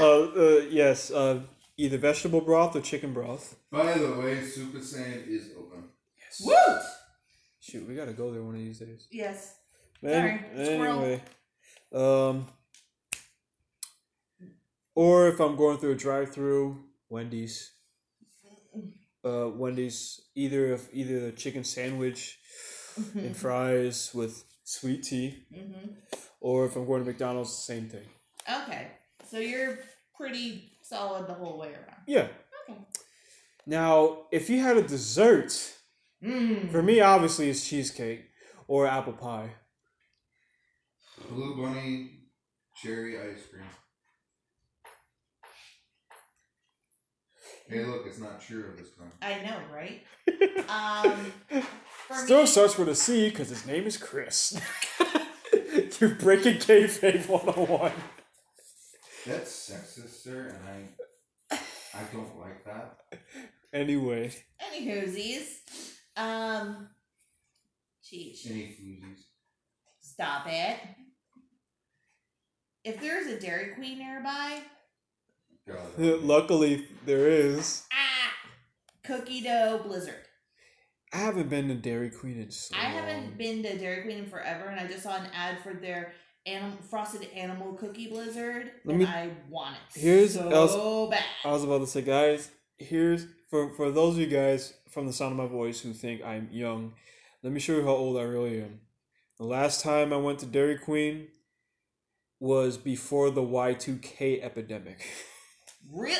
Speaker 1: uh, yes, uh, either vegetable broth or chicken broth.
Speaker 3: By the way, Super Saiyan is open.
Speaker 1: Yes.
Speaker 2: Woot!
Speaker 1: Shoot, we gotta go there one of these days.
Speaker 2: Yes.
Speaker 1: Man,
Speaker 2: Sorry, squirrel.
Speaker 1: anyway, um, or if I'm going through a drive-through, Wendy's. Uh, Wendy's either of either a chicken sandwich
Speaker 2: Mm-hmm.
Speaker 1: and fries with sweet tea,
Speaker 2: hmm
Speaker 1: or if I'm going to McDonald's, same thing.
Speaker 2: Okay. So you're pretty solid the whole way around.
Speaker 1: Yeah.
Speaker 2: Okay.
Speaker 1: Now, if you had a dessert,
Speaker 2: Mm.
Speaker 1: for me, obviously it's cheesecake or apple pie.
Speaker 3: Blue Bunny cherry ice cream. Hey, look, it's not true this time.
Speaker 2: I know, right? um, for
Speaker 1: Still
Speaker 2: me,
Speaker 1: starts with a C because his name is Chris. You're breaking kayfabe 101.
Speaker 3: That's sexist, sir, and I, I don't like that.
Speaker 1: Anyway,
Speaker 2: any hoosies. Um, geez,
Speaker 3: Any floozies.
Speaker 2: stop it. If there's a Dairy Queen nearby,
Speaker 3: God.
Speaker 1: luckily there is.
Speaker 2: ah, cookie dough blizzard.
Speaker 1: I haven't been to Dairy Queen in so
Speaker 2: I
Speaker 1: long.
Speaker 2: haven't been to Dairy Queen in forever, and I just saw an ad for their animal, frosted animal cookie blizzard,
Speaker 1: Let
Speaker 2: and
Speaker 1: me-
Speaker 2: I want it
Speaker 1: here's- I was-
Speaker 2: so bad.
Speaker 1: I was about to say, guys, here's for for those of you guys from the sound of my voice who think I'm young, let me show you how old I really am. The last time I went to Dairy Queen was before the Y2K epidemic.
Speaker 2: Real,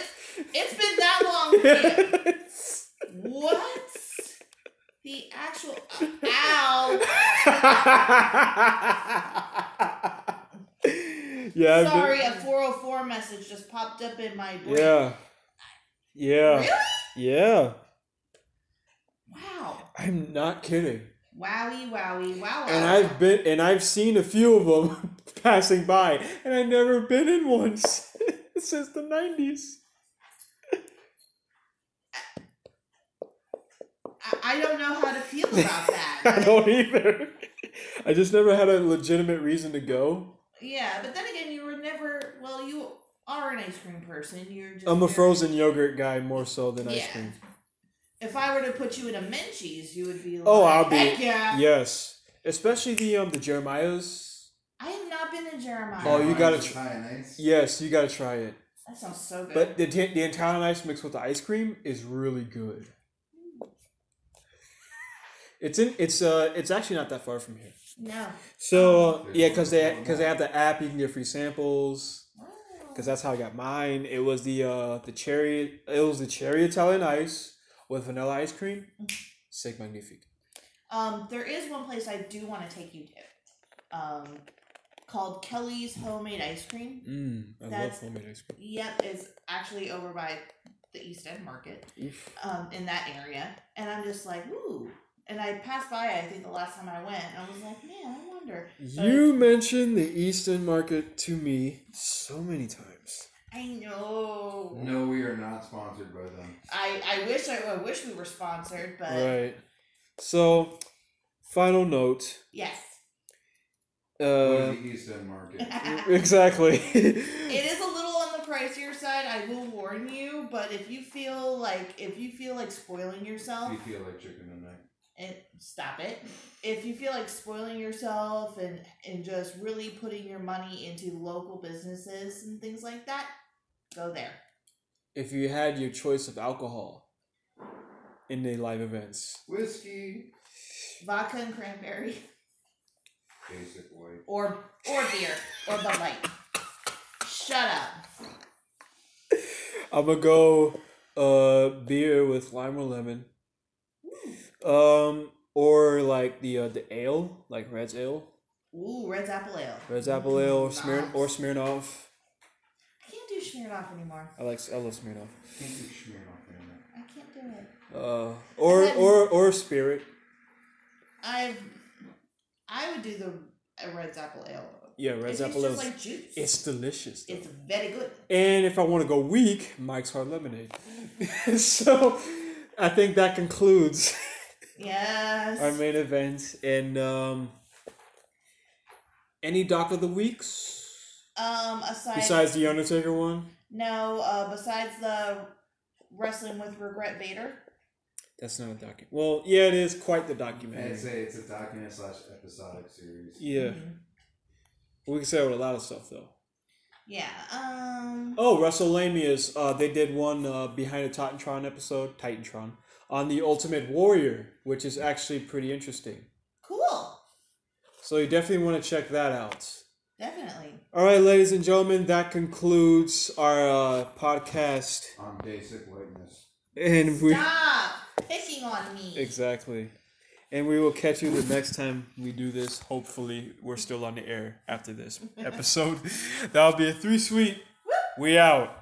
Speaker 2: it's been that long. man. what? The actual ow.
Speaker 1: yeah, I've been-
Speaker 2: Sorry, a 404 message just popped up in my brain.
Speaker 1: yeah. Yeah.
Speaker 2: Really?
Speaker 1: Yeah.
Speaker 2: Wow.
Speaker 1: I'm not kidding.
Speaker 2: Wowie, wowie, wow.
Speaker 1: and
Speaker 2: wow.
Speaker 1: I've been and I've seen a few of them passing by, and I've never been in one since since the nineties.
Speaker 2: I, I don't know how to feel about that.
Speaker 1: I don't either. I just never had a legitimate reason to go.
Speaker 2: Yeah, but then again, you were never. Well, you are an ice cream person. You're just.
Speaker 1: I'm a
Speaker 2: very-
Speaker 1: frozen yogurt guy more so than ice
Speaker 2: Yeah.
Speaker 1: cream.
Speaker 2: If I were to put you in a Menchie's, you would be like,
Speaker 1: Oh, I'll be-
Speaker 2: Heck yeah.
Speaker 1: Yes, especially the um the Jeremiahs.
Speaker 2: I have not been to Jeremiah.
Speaker 1: Oh, you gotta tr-
Speaker 3: try it nice.
Speaker 1: Yes, you gotta try it.
Speaker 2: That sounds so good.
Speaker 1: But the t- the Italian ice mixed with the ice cream is really good. It's in it's uh it's actually not that far from here.
Speaker 2: no.
Speaker 1: So uh, yeah, because they because they have the app, you can get free samples. Because that's how I got mine. It was the uh the cherry. It was the cherry Italian ice with vanilla ice cream. Sick, magnifique.
Speaker 2: Um, there is one place I do want to take you to, um, called Kelly's Homemade Ice Cream.
Speaker 1: Mm, I
Speaker 2: That's-
Speaker 1: love homemade ice cream.
Speaker 2: Yep, it's actually over by the East End Market.
Speaker 1: Oof.
Speaker 2: um, in that area, and I'm just like, ooh. And I passed by, I think, the last time I went, and I was like, man, I wonder.
Speaker 1: You mentioned the Easton Market to me so many times.
Speaker 2: I know.
Speaker 3: No, we are not sponsored by them.
Speaker 2: I, I wish I, I wish we were sponsored, but
Speaker 1: Right. So, final note.
Speaker 2: yes,
Speaker 3: Go
Speaker 1: Uh,
Speaker 3: to the East End Market.
Speaker 2: it
Speaker 1: exactly.
Speaker 2: is a little on the pricier side. I will warn you, but if you feel like if you feel like spoiling yourself,
Speaker 3: you feel like chicken tonight.
Speaker 2: and stop it. If you feel like spoiling yourself and and just really putting your money into local businesses and things like that, go there.
Speaker 1: if you had your choice of alcohol in the live events.
Speaker 3: Whiskey.
Speaker 2: Vodka and cranberry.
Speaker 3: Basic white.
Speaker 2: or or beer or Bud Light. Shut up.
Speaker 1: I'm gonna go uh beer with lime or lemon. Um or like the uh, the ale, like Red's ale,
Speaker 2: Ooh, Red's Apple Ale.
Speaker 1: Red's apple ale or Smirn
Speaker 2: Nice.
Speaker 1: or Smirnoff.
Speaker 2: I can't do Smirnoff anymore.
Speaker 1: I like I love Smirnoff.
Speaker 3: Can't do Smirnoff in there.
Speaker 2: I can't do it.
Speaker 1: Uh or
Speaker 2: And then-
Speaker 1: or or spirit.
Speaker 2: I've I would do the uh, Red's Apple Ale.
Speaker 1: Yeah, Red's
Speaker 2: If
Speaker 1: apple ale.
Speaker 2: It's
Speaker 1: is-
Speaker 2: just like juice. It's,
Speaker 1: it's delicious. though.
Speaker 2: very good.
Speaker 1: And if I want to go weak, Mike's Hard Lemonade. so I think that concludes
Speaker 2: Yes.
Speaker 1: our main event and um any doc of the weeks
Speaker 2: um. Aside.
Speaker 1: besides the Undertaker one.
Speaker 2: no. Uh. Besides the wrestling with regret Vader.
Speaker 1: That's not a document. Well, yeah, it is quite the documentary.
Speaker 3: I'd say it's a document slash episodic series.
Speaker 1: Yeah,
Speaker 2: Mhm.
Speaker 1: we can say it with a lot of stuff though.
Speaker 2: Yeah. Um.
Speaker 1: Oh, WrestleMania's. Uh, they did one uh, behind the Titantron episode, Titantron, on the Ultimate Warrior, which is actually pretty interesting.
Speaker 2: Cool.
Speaker 1: So you definitely want to check that out.
Speaker 2: Definitely.
Speaker 1: All right, ladies and gentlemen, that concludes our uh, podcast,
Speaker 3: On basic whiteness.
Speaker 1: and we
Speaker 2: Stop picking on me.
Speaker 1: exactly, and we will catch you the next time we do this. Hopefully, we're still on the air after this episode. That'll be a three sweet. We out.